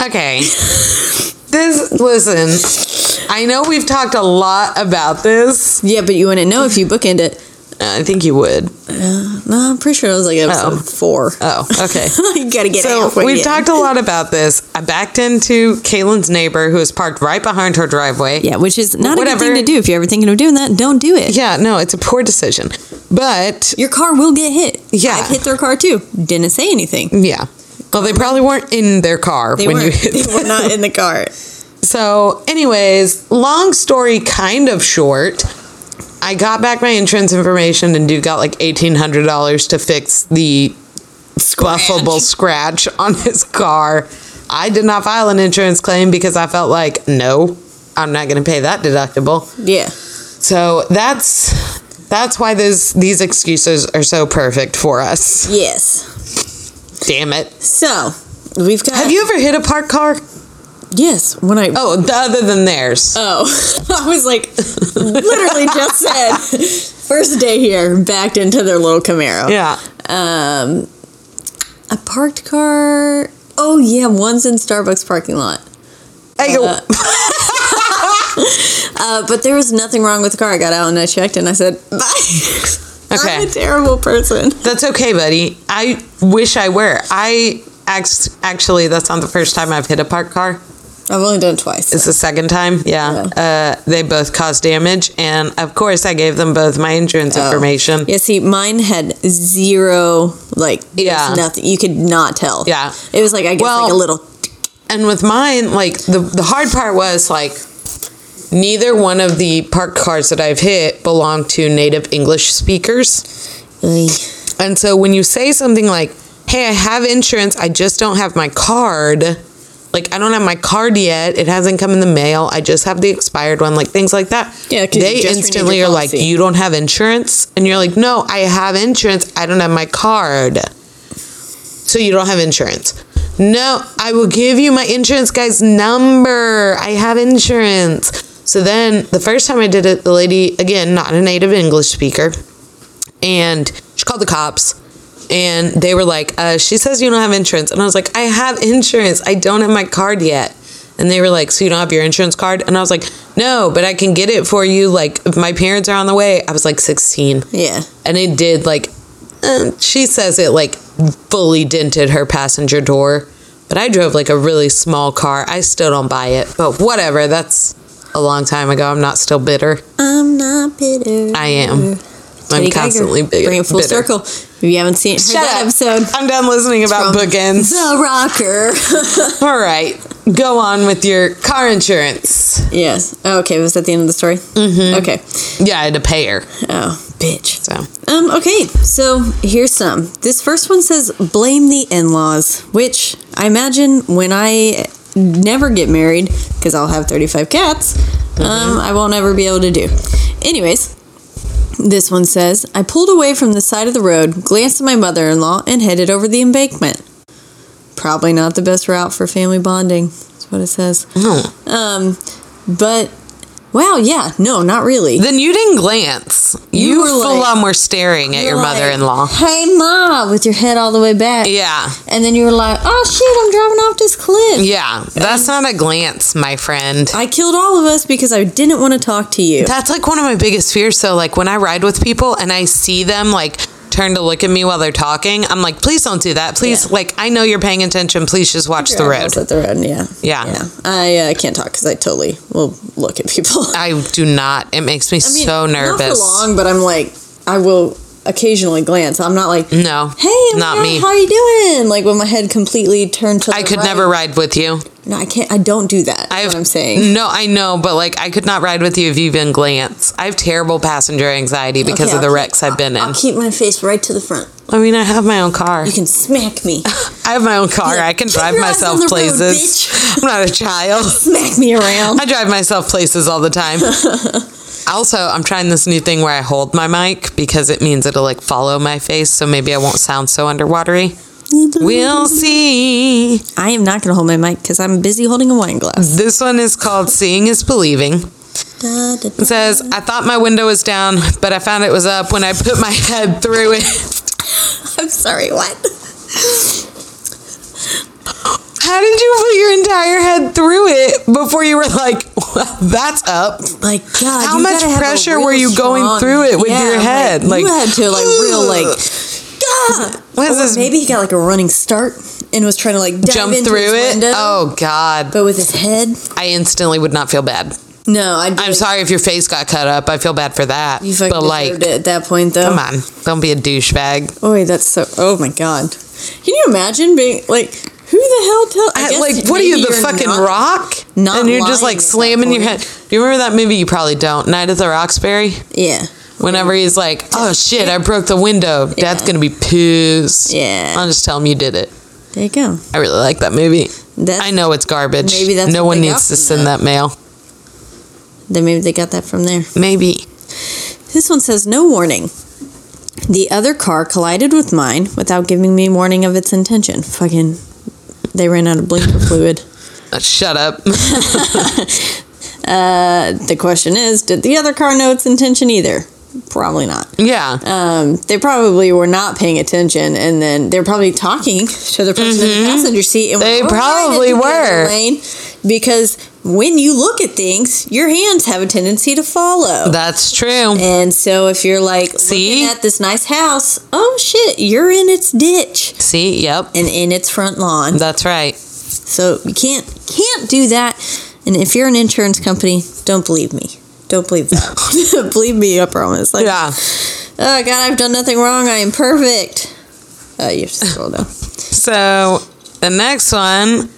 Speaker 1: Okay. This, listen, I know we've talked a lot about this.
Speaker 2: Yeah, but you wouldn't know if you bookend it.
Speaker 1: I think you would.
Speaker 2: No, I'm pretty sure it was like episode
Speaker 1: Oh.
Speaker 2: four.
Speaker 1: Oh, okay.
Speaker 2: you gotta get
Speaker 1: so
Speaker 2: halfway
Speaker 1: we've
Speaker 2: in.
Speaker 1: talked a lot about this. I backed into Kaylin's neighbor who was parked right behind her driveway.
Speaker 2: Yeah, which is not a
Speaker 1: Whatever.
Speaker 2: good thing to do. If you're ever thinking of doing that, don't do it.
Speaker 1: Yeah, no, it's a poor decision. But
Speaker 2: Your car will get hit.
Speaker 1: Yeah.
Speaker 2: I've hit their car too. Didn't say anything.
Speaker 1: yeah. Well, they probably weren't in their car
Speaker 2: They
Speaker 1: when
Speaker 2: weren't.
Speaker 1: you hit
Speaker 2: they were not in the car.
Speaker 1: So, anyways, long story kind of short. I got back my insurance information and dude got like $1,800 to fix the scuffable scratch on his car. I did not file an insurance claim because I felt like, no, I'm not going to pay that deductible.
Speaker 2: Yeah.
Speaker 1: So that's that's why those these excuses are so perfect for us.
Speaker 2: Yes.
Speaker 1: Damn it!
Speaker 2: So we've got.
Speaker 1: Have you ever hit a parked car?
Speaker 2: Yes. When I
Speaker 1: Oh, the, other than theirs.
Speaker 2: Oh, I was like, literally just said, first day here, backed into their little Camaro.
Speaker 1: yeah.
Speaker 2: Um, a parked car. Oh yeah, one's in Starbucks parking lot.
Speaker 1: Hey, yo.
Speaker 2: Uh, but there was nothing wrong with the car. I got out and I checked and I said, bye.
Speaker 1: Okay.
Speaker 2: I'm a terrible person.
Speaker 1: That's okay, buddy. I wish I were. I act- actually, that's not the first time I've hit a parked car.
Speaker 2: I've only done it twice.
Speaker 1: It's the second time. Yeah. Uh, they both caused damage. And of course, I gave them both my insurance
Speaker 2: Oh.
Speaker 1: information.
Speaker 2: Yeah, see, mine had zero, like, there
Speaker 1: Yeah.
Speaker 2: was nothing. You could not tell.
Speaker 1: Yeah.
Speaker 2: It was like, I guess,
Speaker 1: Well-
Speaker 2: like a little,
Speaker 1: And with mine, like, the, the hard part was, like, Neither one of the park cars that I've hit belong to native English speakers.
Speaker 2: Oy.
Speaker 1: And so when you say something like, hey, I have insurance, I just don't have my card, like, I don't have my card yet, it hasn't come in the mail, I just have the expired one, like things like that.
Speaker 2: Yeah, 'cause you
Speaker 1: they
Speaker 2: just renewed
Speaker 1: instantly
Speaker 2: your
Speaker 1: are like,
Speaker 2: policy.
Speaker 1: you don't have insurance? And you're like, no, I have insurance, I don't have my card. So you don't have insurance. No, I will give you my insurance guy's number. I have insurance. So then the first time I did it, the lady, again, not a native English speaker, and she called the cops and they were like uh, she says you don't have insurance and i was like i have insurance i don't have my card yet and they were like so you don't have your insurance card and i was like no but i can get it for you like if my parents are on the way i was like 16
Speaker 2: Yeah.
Speaker 1: and it did like uh, she says it like fully dented her passenger door but i drove like a really small car i still don't buy it but whatever that's a long time ago i'm not still bitter
Speaker 2: I'm not bitter.
Speaker 1: i am i'm
Speaker 2: Lady Gaga.
Speaker 1: constantly big,
Speaker 2: Bring it full
Speaker 1: bitter.
Speaker 2: circle. If you haven't seen heard that episode,
Speaker 1: I'm done listening about
Speaker 2: From-
Speaker 1: bookends.
Speaker 2: The Rocker.
Speaker 1: All right, go on with your car insurance.
Speaker 2: yes. Oh, okay. Was that the end of the story? Mm-hmm. Okay.
Speaker 1: Yeah, I had to pay her.
Speaker 2: Oh, bitch.
Speaker 1: So
Speaker 2: Um, okay, so here's some. This first one says, blame the in laws, which I imagine when I never get married, because I'll have 35 cats, um, I won't ever be able to do. Anyways, this one says, I pulled away from the side of the road, glanced at my mother in law, and headed over the embankment. Probably not the best route for family bonding, is what it says. Um, but, wow, yeah, no, not really.
Speaker 1: then you didn't glance. You,
Speaker 2: You were
Speaker 1: full
Speaker 2: like-
Speaker 1: on were staring at your
Speaker 2: You're like,
Speaker 1: mother-in-law.
Speaker 2: Hey, ma, with your head all the way back.
Speaker 1: Yeah,
Speaker 2: And then you were like, oh shit, I'm driving off this cliff.
Speaker 1: yeah. That's not a glance, my friend.
Speaker 2: I killed all of us because I didn't want to talk to you.
Speaker 1: That's like one of my biggest fears. So like when I ride with people and I see them like turn to look at me while they're talking, I'm like, please don't do that. Please,
Speaker 2: Yeah.
Speaker 1: like I know you're paying attention. Please just watch the
Speaker 2: Your
Speaker 1: road.
Speaker 2: eyeballs At the road, yeah.
Speaker 1: Yeah.
Speaker 2: I uh, can't talk because I totally will look at people.
Speaker 1: I do not. It makes me
Speaker 2: I mean,
Speaker 1: so
Speaker 2: Not
Speaker 1: nervous.
Speaker 2: for long, but I'm like, I will occasionally glance. I'm not like, hey,
Speaker 1: No,
Speaker 2: oh my
Speaker 1: not
Speaker 2: God,
Speaker 1: me.
Speaker 2: how are you doing? Like when my head completely turned to
Speaker 1: I
Speaker 2: the
Speaker 1: could
Speaker 2: right.
Speaker 1: never ride with you.
Speaker 2: No, I can't. I don't do that. That's
Speaker 1: I've,
Speaker 2: what I'm saying.
Speaker 1: No, I know, but like I could not ride with you if you even glance. I have terrible passenger anxiety because
Speaker 2: Okay,
Speaker 1: of the
Speaker 2: I'll keep-
Speaker 1: wrecks I've been in.
Speaker 2: I'll keep my face right to the front.
Speaker 1: I mean, I have my own car.
Speaker 2: You can smack me.
Speaker 1: I have my own car.
Speaker 2: Yeah,
Speaker 1: I can
Speaker 2: keep
Speaker 1: drive
Speaker 2: your eyes
Speaker 1: myself
Speaker 2: on the road,
Speaker 1: places.
Speaker 2: bitch.
Speaker 1: I'm not a child.
Speaker 2: smack me around.
Speaker 1: I drive myself places all the time. also, I'm trying this new thing where I hold my mic because it means it'll like follow my face, so maybe I won't sound so underwatery. We'll see.
Speaker 2: I am not going to hold my mic because I'm busy holding a wine glass.
Speaker 1: This one is called Seeing is Believing. It says, I thought my window was down, but I found it was up when I put my head through it.
Speaker 2: I'm sorry, what?
Speaker 1: How did you put your entire head through it before you were like, that's up?
Speaker 2: Like, God,
Speaker 1: How
Speaker 2: you
Speaker 1: much
Speaker 2: gotta have a
Speaker 1: pressure
Speaker 2: real
Speaker 1: were you going
Speaker 2: strong-
Speaker 1: through it with your
Speaker 2: like,
Speaker 1: head? Like,
Speaker 2: you had to, like, real, like, ah!
Speaker 1: What is
Speaker 2: Or
Speaker 1: this?
Speaker 2: Maybe he got, like, a running start and was trying to, like, dive
Speaker 1: Jump
Speaker 2: into
Speaker 1: through
Speaker 2: his
Speaker 1: it?
Speaker 2: window,
Speaker 1: Oh, God.
Speaker 2: But with his head?
Speaker 1: I instantly would not feel bad.
Speaker 2: No, I'd be
Speaker 1: I'm
Speaker 2: like,
Speaker 1: sorry if your face got cut up. I feel bad for that.
Speaker 2: You fucking
Speaker 1: But, like,
Speaker 2: deserved it at that point, though.
Speaker 1: come on. Don't be a douchebag.
Speaker 2: Oh, wait, that's so. Oh, my God. Can you imagine being, like, who the hell tell? I guess
Speaker 1: Like, what are
Speaker 2: maybe
Speaker 1: you, the
Speaker 2: you're
Speaker 1: fucking
Speaker 2: not-
Speaker 1: rock?
Speaker 2: not
Speaker 1: and you're just like
Speaker 2: lying at that
Speaker 1: slamming your head.
Speaker 2: point.
Speaker 1: Do you remember that movie? You probably don't. Night at the Roxbury?
Speaker 2: Yeah.
Speaker 1: Whenever he's like, "Oh shit, I broke the window. Dad's
Speaker 2: Yeah.
Speaker 1: gonna be pissed."
Speaker 2: Yeah.
Speaker 1: I'll just tell him you did it.
Speaker 2: There you go.
Speaker 1: I really like that movie.
Speaker 2: That's,
Speaker 1: I know it's garbage.
Speaker 2: maybe that's
Speaker 1: no
Speaker 2: what
Speaker 1: one
Speaker 2: they
Speaker 1: needs to
Speaker 2: got from
Speaker 1: send that. mail.
Speaker 2: Then maybe they got that from there.
Speaker 1: Maybe
Speaker 2: This one says no warning. The other car collided with mine without giving me warning of its intention. Fucking, they ran out of blinker fluid.
Speaker 1: Uh, shut up.
Speaker 2: Uh, the question is, did the other car know its intention either? Probably not.
Speaker 1: yeah,
Speaker 2: Um, they probably were not paying attention, and then they're probably talking to the person in the passenger seat. And
Speaker 1: Mm-hmm. They
Speaker 2: went, "Oh, I
Speaker 1: probably
Speaker 2: didn't get out of the
Speaker 1: were."
Speaker 2: lane," because when you look at things, your hands have a tendency to follow.
Speaker 1: that's true.
Speaker 2: And so if you're like
Speaker 1: See?
Speaker 2: looking at this nice house, oh shit, you're in its ditch
Speaker 1: See, yep,
Speaker 2: and in its front lawn.
Speaker 1: that's right.
Speaker 2: So you can't can't do that. And if you're an insurance company, don't believe me. Don't believe that. believe me, I promise. Like,
Speaker 1: Yeah,
Speaker 2: oh god, I've done nothing wrong. I am perfect. Uh, you have to scroll down.
Speaker 1: So the next one,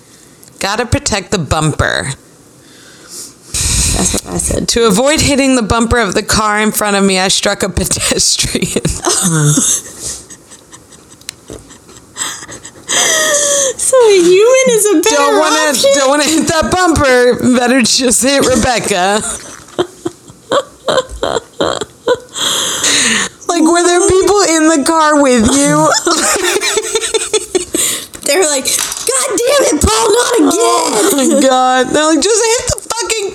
Speaker 1: gotta protect the bumper.
Speaker 2: That That's what I said.
Speaker 1: To avoid hitting the bumper of the car in front of me, I struck a pedestrian.
Speaker 2: So a human is a better
Speaker 1: don't want to
Speaker 2: option.
Speaker 1: don't want to hit that bumper. Better just hit Rebecca. like were there people in the car with you?
Speaker 2: They're like, God damn it, Paul, not again.
Speaker 1: Oh my god! They're like just hit the fucking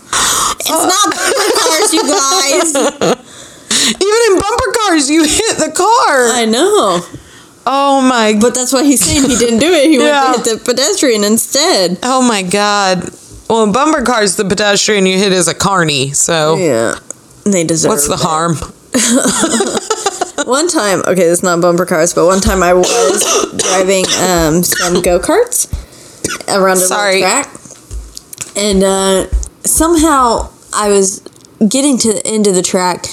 Speaker 2: It's not bumper cars, you guys.
Speaker 1: Even in bumper cars, you hit the car.
Speaker 2: I know.
Speaker 1: Oh my!
Speaker 2: But that's why he's saying he didn't do it. He
Speaker 1: Yeah.
Speaker 2: went to hit the pedestrian instead.
Speaker 1: Oh my god! Well, in bumper cars, the pedestrian you hit is a carny. So
Speaker 2: Yeah. They deserve
Speaker 1: what's the
Speaker 2: it.
Speaker 1: harm?
Speaker 2: One time, okay, it's not bumper cars, but one time I was driving um, some go karts around a little
Speaker 1: Sorry.
Speaker 2: track, and uh, somehow I was getting to the end of the track,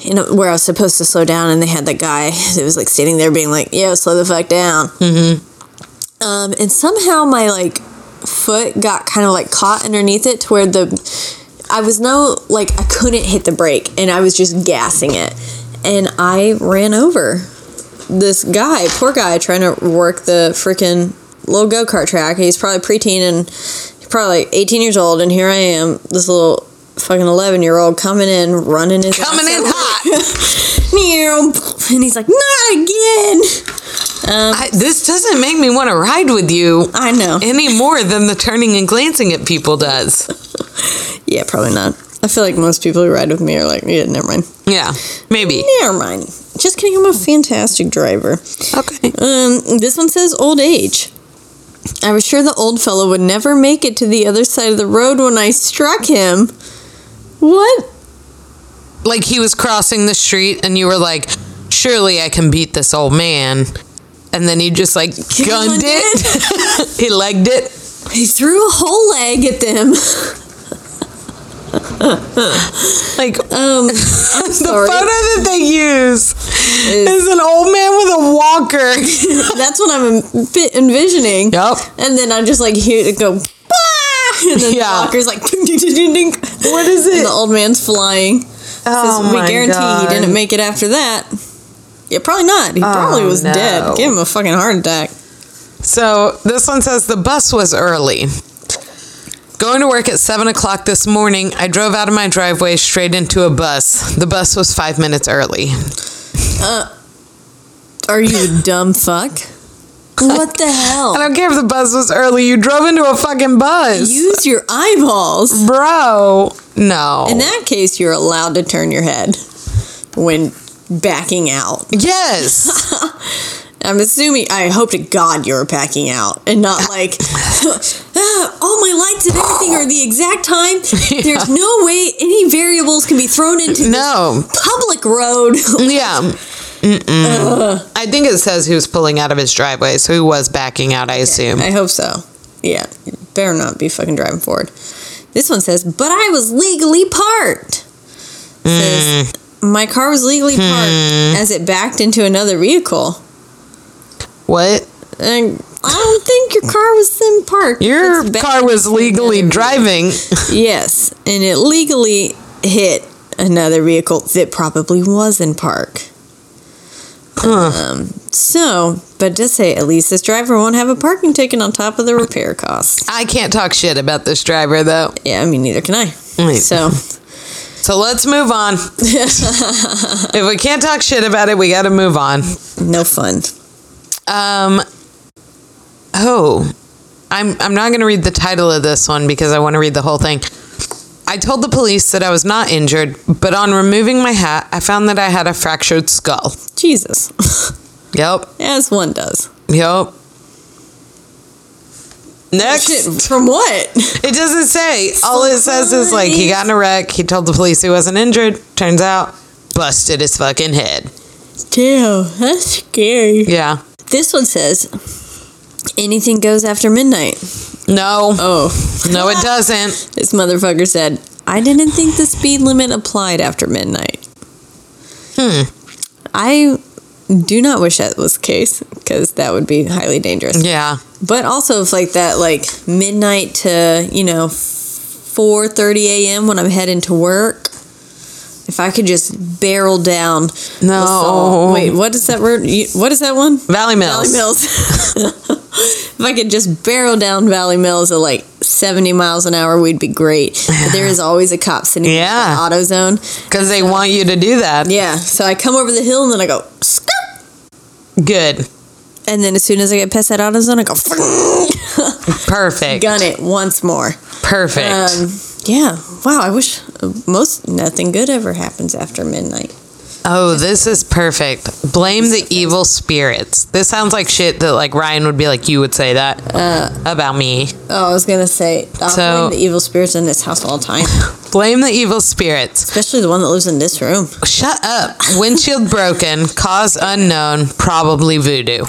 Speaker 2: you know, where I was supposed to slow down, and they had that guy that was like standing there being like, "Yo, slow the fuck down." Mm-hmm. Um, and somehow my like foot got kind of like caught underneath it to where the I was no like I couldn't hit the brake and I was just gassing it and I ran over this guy, poor guy trying to work the freaking little go-kart track. He's probably preteen and probably 18 years old and here I am, this little fucking 11-year-old coming in running his
Speaker 1: Coming
Speaker 2: ass
Speaker 1: in
Speaker 2: over.
Speaker 1: hot.
Speaker 2: and he's like, "Not again."
Speaker 1: I, this doesn't make me want to ride with you.
Speaker 2: I know.
Speaker 1: any more than the turning and glancing at people does.
Speaker 2: Yeah, probably not. I feel like most people who ride with me are like, yeah, never mind.
Speaker 1: Yeah, maybe.
Speaker 2: Never mind. Just kidding, I'm a fantastic driver.
Speaker 1: Okay.
Speaker 2: Um, this one says old age. I was sure the old fellow would never make it to the other side of the road when I struck him. What?
Speaker 1: Like he was crossing the street and you were like, surely I can beat this old man. And then he just like gunned
Speaker 2: Gunned
Speaker 1: it. he legged it.
Speaker 2: He threw a whole leg at them.
Speaker 1: Like
Speaker 2: Um,
Speaker 1: the
Speaker 2: sorry.
Speaker 1: photo that they use is an old man with a walker.
Speaker 2: that's what I'm en- bit envisioning.
Speaker 1: Yup.
Speaker 2: And then I just like hear it go, "Ah!" and then
Speaker 1: Yeah.
Speaker 2: the walker's like, ding, ding, ding, ding, ding.
Speaker 1: What is it?
Speaker 2: And the old man's flying.
Speaker 1: Oh
Speaker 2: we
Speaker 1: my
Speaker 2: guarantee
Speaker 1: God.
Speaker 2: he didn't make it after that. Yeah, probably not. He probably was
Speaker 1: no.
Speaker 2: dead. Give him a fucking heart attack.
Speaker 1: So this one says the bus was early. Going to work at 7 o'clock this morning, I drove out of my driveway straight into a bus. The bus was five minutes early.
Speaker 2: Are you a dumb fuck? What the
Speaker 1: I
Speaker 2: hell?
Speaker 1: don't care if the bus was early. You drove into a fucking bus.
Speaker 2: Use your eyeballs.
Speaker 1: Bro. No.
Speaker 2: In that case, you're allowed to turn your head when backing out.
Speaker 1: yes.
Speaker 2: I'm assuming, I hope to God you're backing out and not like, "Ah, all my lights and everything are the exact time. There's no way any variables can be thrown into
Speaker 1: No.
Speaker 2: this public road.
Speaker 1: Yeah. Mm-mm. I think it says he was pulling out of his driveway, so he was backing out, I assume.
Speaker 2: I hope so. Yeah, you better not be fucking driving forward. This one says, "But I was legally parked." Says,
Speaker 1: Hmm.
Speaker 2: My car was legally parked as it backed into another vehicle.
Speaker 1: What?
Speaker 2: And I don't think your car was then parked.
Speaker 1: Your
Speaker 2: It's backed
Speaker 1: car was
Speaker 2: into
Speaker 1: legally
Speaker 2: another
Speaker 1: driving.
Speaker 2: vehicle. Yes, and it legally hit another vehicle that probably was in park. Um, so, but just say at least this driver won't have a parking ticket on top of the repair costs.
Speaker 1: I can't talk shit about this driver though.
Speaker 2: Yeah, I mean, neither can I.
Speaker 1: Right.
Speaker 2: So,
Speaker 1: So let's move on. if we can't talk shit about it, we got to move on.
Speaker 2: no fun.
Speaker 1: Um. Oh, I'm I'm not going to read the title of this one because I want to read the whole thing. I told the police that I was not injured, but on removing my hat, I found that I had a fractured skull.
Speaker 2: Jesus.
Speaker 1: Yep.
Speaker 2: As one does.
Speaker 1: Yep. Next.
Speaker 2: Shit, from what?
Speaker 1: It doesn't say. All it says is like he got in a wreck. He told the police he wasn't injured. Turns out, busted his fucking head.
Speaker 2: Damn, that's scary.
Speaker 1: Yeah.
Speaker 2: This one says anything goes after midnight.
Speaker 1: No.
Speaker 2: Oh,
Speaker 1: No, it doesn't.
Speaker 2: this motherfucker said, I didn't think the speed limit applied after midnight. Hmm. I do not wish that was the case because that would be highly dangerous.
Speaker 1: Yeah.
Speaker 2: But also, if like that, like midnight to you know four thirty a.m. when I'm heading to work, if I could just barrel down. the
Speaker 1: No.
Speaker 2: salt- Wait, what is that word? You- What is that one?
Speaker 1: Valley Mills.
Speaker 2: Valley Mills. if I could just barrel down Valley Mills at like 70 miles an hour, we'd be great. But there is always a cop sitting in
Speaker 1: Yeah.
Speaker 2: the auto zone.
Speaker 1: Because they want you to do that.
Speaker 2: Yeah. So I come over the hill and then I go, Scoop!
Speaker 1: Good.
Speaker 2: and then as soon as I get past that auto zone, I go,
Speaker 1: Perfect.
Speaker 2: gun it once more.
Speaker 1: Perfect.
Speaker 2: Um, yeah. Wow. I wish most nothing good ever happens after midnight.
Speaker 1: oh, this is perfect. Blame the evil spirits. This sounds like shit that like Ryan would be like, you would say that
Speaker 2: Uh.
Speaker 1: about me.
Speaker 2: Oh, I was gonna say, I'll
Speaker 1: So-
Speaker 2: blame the evil spirits in this house all the time,
Speaker 1: Blame the evil spirits.
Speaker 2: especially the one that lives in this room.
Speaker 1: Shut up. Windshield broken, cause unknown, probably voodoo.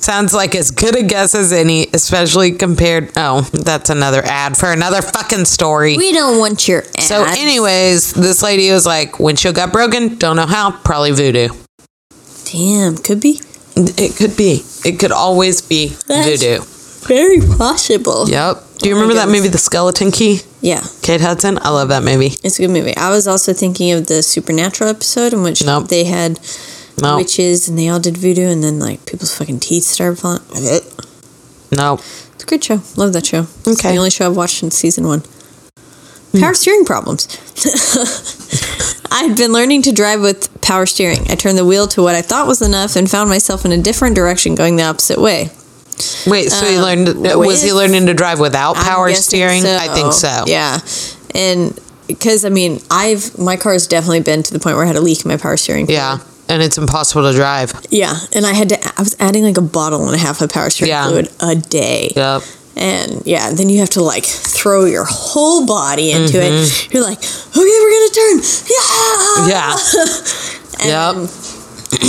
Speaker 1: Sounds like as good a guess as any, especially compared. Oh, that's another ad for another fucking story.
Speaker 2: We don't want your ass.
Speaker 1: so, anyways, this lady was like, windshield got broken, don't know how, probably voodoo.
Speaker 2: damn, could be
Speaker 1: It could be. It could always be
Speaker 2: That's-
Speaker 1: voodoo.
Speaker 2: very possible.
Speaker 1: Yep. Do you remember that
Speaker 2: goodness.
Speaker 1: movie, The Skeleton Key?
Speaker 2: Yeah,
Speaker 1: Kate Hudson? I love that movie.
Speaker 2: it's a good movie. I was also thinking of the Supernatural episode in which
Speaker 1: Nope.
Speaker 2: they had
Speaker 1: No.
Speaker 2: witches and they all did voodoo, and then like people's fucking teeth started falling. It's
Speaker 1: no.
Speaker 2: a good show. Love that show. It's
Speaker 1: Okay. Hmm.
Speaker 2: the only show I've watched in season one. Power steering problems. I'd been learning to drive with power steering. I turned the wheel to what I thought was enough and found myself in a different direction going the opposite way.
Speaker 1: Wait, so he
Speaker 2: Um,
Speaker 1: learned. uh, Was he
Speaker 2: with-
Speaker 1: learning to drive without
Speaker 2: I'm
Speaker 1: power
Speaker 2: guessing
Speaker 1: steering? I think so.
Speaker 2: Yeah, and because I mean, I've my car's definitely been to the point where I had a leak in my power steering. fluid.
Speaker 1: Yeah. And it's impossible to drive.
Speaker 2: yeah, and I had to. I was adding like a bottle and a half of power steering
Speaker 1: Yeah.
Speaker 2: fluid a day.
Speaker 1: Yep.
Speaker 2: And yeah, then you have to like throw your whole body into
Speaker 1: Mm-hmm.
Speaker 2: it. You're like, okay, we're gonna turn. Yeah.
Speaker 1: Yeah.
Speaker 2: And
Speaker 1: Yep.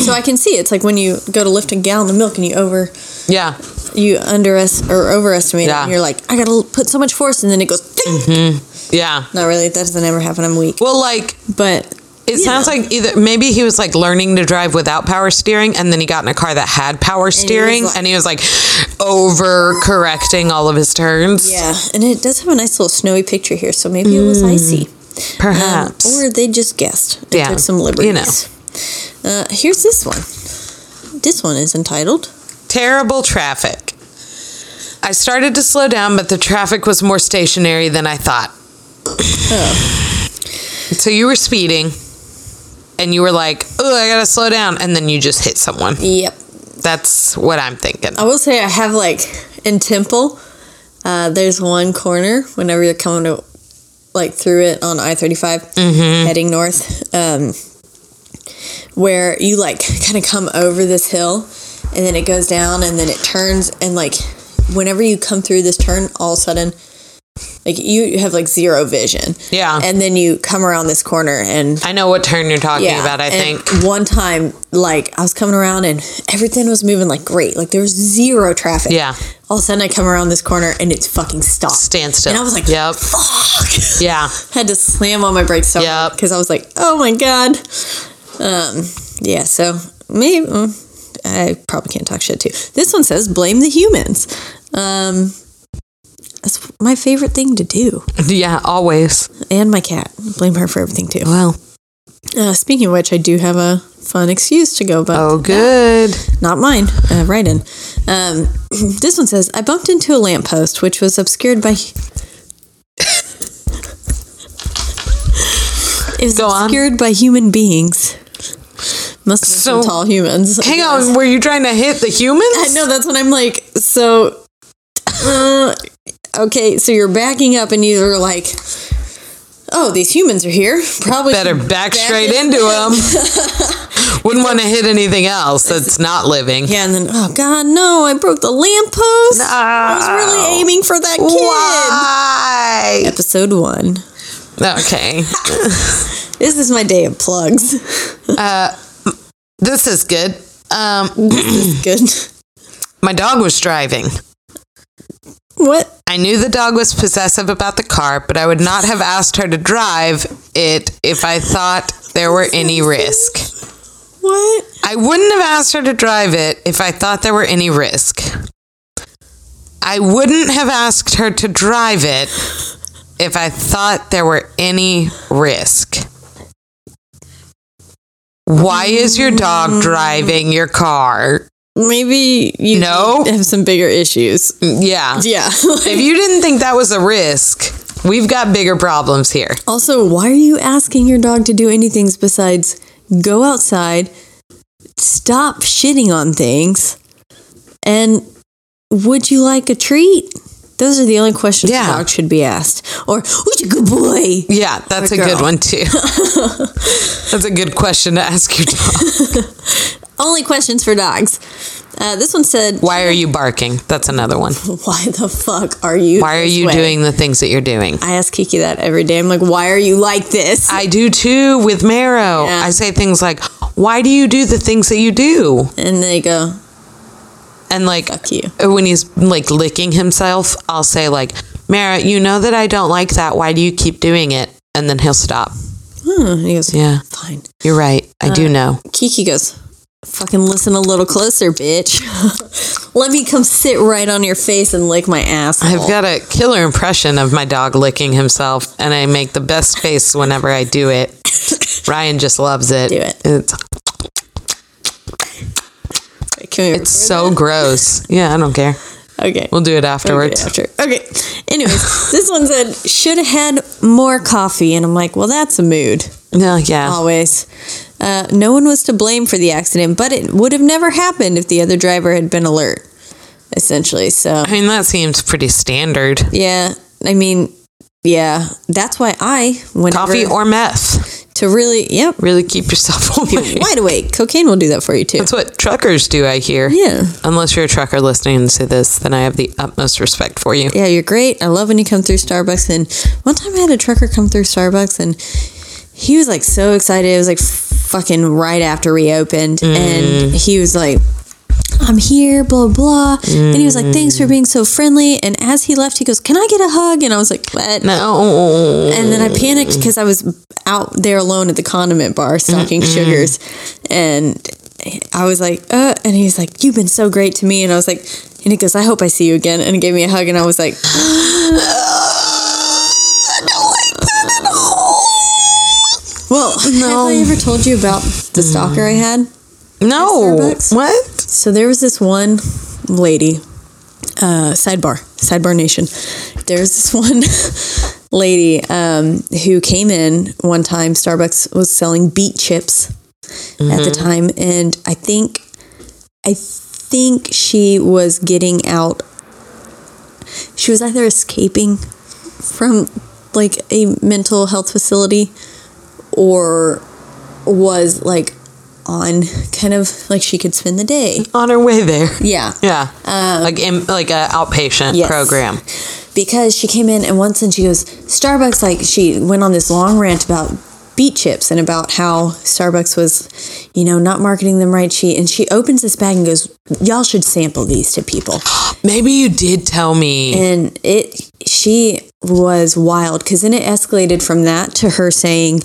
Speaker 2: So I can see it's like when you go to lift a gallon of milk and you over
Speaker 1: Yeah.
Speaker 2: you underest or overestimate it
Speaker 1: Yeah. Mm-hmm.
Speaker 2: and you're like, I gotta l- put so much force and then it goes. ding.
Speaker 1: Yeah.
Speaker 2: Not really. That doesn't ever happen. I'm weak.
Speaker 1: Well, like,
Speaker 2: But
Speaker 1: it sounds like either maybe he was like learning to drive without power steering and then he got in a car that had power steering
Speaker 2: like-
Speaker 1: and he was like over correcting all of his turns.
Speaker 2: Yeah, and it does have a nice little snowy picture here, so maybe it was icy. Um,
Speaker 1: Mm, Perhaps.
Speaker 2: or they just guessed. They
Speaker 1: Yeah,
Speaker 2: took some
Speaker 1: you know.
Speaker 2: liberties. Uh, here's this one. This one is entitled.
Speaker 1: Terrible traffic. I started to slow down, but the traffic was more stationary than I thought.
Speaker 2: uh,
Speaker 1: So you were speeding and you were like, oh, I gotta slow down. And then you just hit someone.
Speaker 2: Yep.
Speaker 1: That's what I'm thinking.
Speaker 2: I will say I have like in Temple, uh, there's one corner whenever you're coming to like through it on I 35 heading north, um, where you like kind of come over this hill and then it goes down and then it turns and like whenever you come through this turn, all of a sudden Like you have like zero vision.
Speaker 1: Yeah.
Speaker 2: And then you come around this corner and
Speaker 1: I know what turn you're talking
Speaker 2: yeah,
Speaker 1: about, I
Speaker 2: and
Speaker 1: think.
Speaker 2: one time like I was coming around and everything was moving like great. Like there was zero traffic.
Speaker 1: Yeah.
Speaker 2: All of a sudden I come around this corner and it's fucking stopped.
Speaker 1: Standstill.
Speaker 2: And I was like,
Speaker 1: Yep.
Speaker 2: fuck.
Speaker 1: Yeah.
Speaker 2: Had to slam on my brakes so
Speaker 1: Yep.
Speaker 2: because I was like, oh my god. Um, yeah, so maybe mm, I probably can't talk shit too. This one says blame the humans. Um, that's my favorite thing to do,
Speaker 1: Yeah, always.
Speaker 2: and my cat. Blame her for everything too.
Speaker 1: Well.
Speaker 2: Uh, speaking of which, I do have a fun excuse to go, but
Speaker 1: Oh good.
Speaker 2: not mine. Uh, right in. Um, this one says I bumped into a lamppost, which was obscured by. it was
Speaker 1: Go on.
Speaker 2: obscured by human beings. Must have
Speaker 1: So-
Speaker 2: been some tall humans. I
Speaker 1: Hang
Speaker 2: guess.
Speaker 1: on, were you trying to hit the humans?
Speaker 2: I know that's what I'm like. So, uh, okay, so you're backing up, and you're like, "Oh, these humans are here. Probably
Speaker 1: Better
Speaker 2: should
Speaker 1: back straight into them. Wouldn't want to hit anything else that's not living.
Speaker 2: Yeah, and then oh god, no! I broke the lamppost. I was really aiming for that kid.
Speaker 1: Why?
Speaker 2: Episode one.
Speaker 1: Okay.
Speaker 2: This is my day of plugs.
Speaker 1: uh, This is good. Um,
Speaker 2: Good.
Speaker 1: my dog was driving.
Speaker 2: What?
Speaker 1: I knew the dog was possessive about the car, but I would not have asked her to drive it if I thought there were any risk.
Speaker 2: What?
Speaker 1: I wouldn't have asked her to drive it if I thought there were any risk. I wouldn't have asked her to drive it if I thought there were any risk. Why is your dog driving your car?
Speaker 2: Maybe you
Speaker 1: No.
Speaker 2: have some bigger issues.
Speaker 1: Yeah.
Speaker 2: Yeah.
Speaker 1: If you didn't think that was a risk, we've got bigger problems here.
Speaker 2: Also, why are you asking your dog to do anything besides go outside, stop shitting on things, and would you like a treat? Those are the only questions
Speaker 1: Yeah.
Speaker 2: a dog should be asked. Or, who's a good boy?
Speaker 1: Yeah, that's a
Speaker 2: girl.
Speaker 1: good one too. that's a good question to ask your dog.
Speaker 2: Only questions for dogs. Uh, this one said,
Speaker 1: Why are you barking? That's another one.
Speaker 2: Why the fuck are you?
Speaker 1: Why are
Speaker 2: this
Speaker 1: you
Speaker 2: way?"
Speaker 1: doing the things that you're doing?
Speaker 2: I ask Kiki that every day. I'm like, Why are you like this?
Speaker 1: I do too with Marrow.
Speaker 2: Yeah.
Speaker 1: I say things like, "Why do you do the things that you do?"
Speaker 2: and they go,
Speaker 1: And like uh,
Speaker 2: Fuck you.
Speaker 1: when he's like licking himself, I'll say like, "Marrow, you know that I don't like that. Why do you keep doing it?" And then he'll stop. Uh,
Speaker 2: Hmm. And he goes,
Speaker 1: Yeah,
Speaker 2: Fine.
Speaker 1: you're right. I do know.
Speaker 2: Kiki goes, fucking listen a little closer, bitch. Let me come sit right on your face and lick my ass.
Speaker 1: I've got a killer impression of my dog licking himself, and I make the best face whenever I do it. Ryan just loves it.
Speaker 2: Do it.
Speaker 1: It's,
Speaker 2: Can we
Speaker 1: it's so gross. Yeah, I don't care.
Speaker 2: okay.
Speaker 1: We'll do it afterwards.
Speaker 2: Okay, after. okay. Anyways, this one said should have had more coffee, and I'm like, well, that's a mood.
Speaker 1: No, yeah.
Speaker 2: Always. Uh, no one was to blame for the accident, but it would have never happened if the other driver had been alert. Essentially, so
Speaker 1: I mean, that seems pretty standard.
Speaker 2: yeah. I mean, yeah. That's why I whenever
Speaker 1: Coffee or meth.
Speaker 2: to really yep
Speaker 1: Really keep yourself away.
Speaker 2: wide awake. Cocaine will do that for you too.
Speaker 1: That's what truckers do, I hear.
Speaker 2: Yeah.
Speaker 1: Unless you're a trucker listening to this, then I have the utmost respect for you.
Speaker 2: Yeah, you're great. I love when you come through Starbucks. And one time I had a trucker come through Starbucks and he was like so excited. It was like fucking right after we opened.
Speaker 1: Mm.
Speaker 2: And he was like, I'm here, blah, blah. And he was like, thanks
Speaker 1: Mm.
Speaker 2: for being so friendly. And as he left, he goes, Can I get a hug? And I was like, What?
Speaker 1: No.
Speaker 2: And then I panicked because I was out there alone at the condiment bar stocking sugars. And I was like, uh, and he's like, You've been so great to me. And I was like, and he goes, I hope I see you again. And he gave me a hug. And I was like, Well, have I ever told you about the stalker I had?
Speaker 1: No.
Speaker 2: Starbucks?
Speaker 1: What?
Speaker 2: So there was this one lady. Uh, sidebar, sidebar nation. There's this one lady um, who came in one time. Starbucks was selling beet chips at the time, and I think, I think she was getting out. She was either escaping from like a mental health facility, or was like on kind of like she could spend the day.
Speaker 1: On her way there.
Speaker 2: Yeah.
Speaker 1: Yeah. like in, like a outpatient
Speaker 2: Um, Yes.
Speaker 1: program.
Speaker 2: because she came in and once and she goes, Starbucks, like she went on this long rant about beet chips and about how Starbucks was, you know, not marketing them right. She and she opens this bag and goes, Y'all should sample these to people.
Speaker 1: Maybe you did tell me.
Speaker 2: And it, she was wild because then it escalated from that to her saying,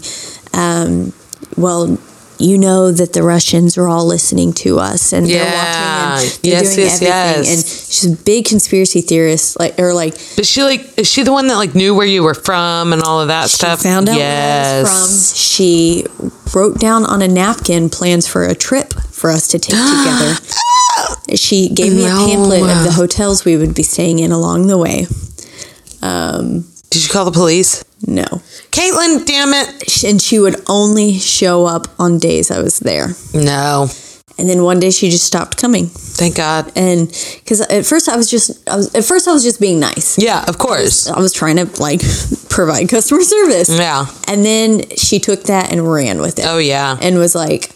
Speaker 2: um, well, you know that the Russians are all listening to us and they're
Speaker 1: Yeah.
Speaker 2: watching and they're
Speaker 1: Yes,
Speaker 2: doing
Speaker 1: yes,
Speaker 2: everything.
Speaker 1: yes.
Speaker 2: And she's a big conspiracy theorist, like or like
Speaker 1: But she like is she the one that like knew where you were from and all of that stuff?
Speaker 2: She found out where I was from. She wrote down on a napkin plans for a trip for us to take together. She gave me
Speaker 1: No.
Speaker 2: a pamphlet of the hotels we would be staying in along the way. Um,
Speaker 1: Did you call the police?
Speaker 2: no.
Speaker 1: Caitlin, damn it.
Speaker 2: Sh- And she would only show up on days I was there.
Speaker 1: No.
Speaker 2: And then one day she just stopped coming.
Speaker 1: Thank God.
Speaker 2: And because at first I was just, I was, at first I was just being nice.
Speaker 1: Yeah, of course.
Speaker 2: I was trying to like provide customer service.
Speaker 1: Yeah.
Speaker 2: And then she took that and ran with it.
Speaker 1: Oh yeah.
Speaker 2: and was like,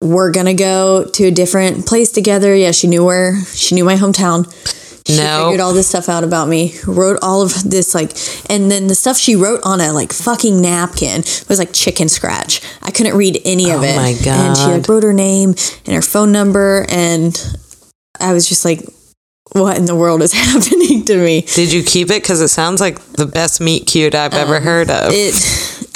Speaker 2: "We're gonna go to a different place together." Yeah, she knew where she knew my hometown. She
Speaker 1: No.
Speaker 2: figured all this stuff out about me. Wrote all of this like, and then the stuff she wrote on a like fucking napkin was like chicken scratch. I couldn't read any of
Speaker 1: Oh
Speaker 2: it.
Speaker 1: my
Speaker 2: And she like
Speaker 1: God.
Speaker 2: wrote her name and her phone number, and I was just like, "What in the world is happening to me?"
Speaker 1: Did you keep it? Because it sounds like the best meat cute I've ever heard of.
Speaker 2: Um, It.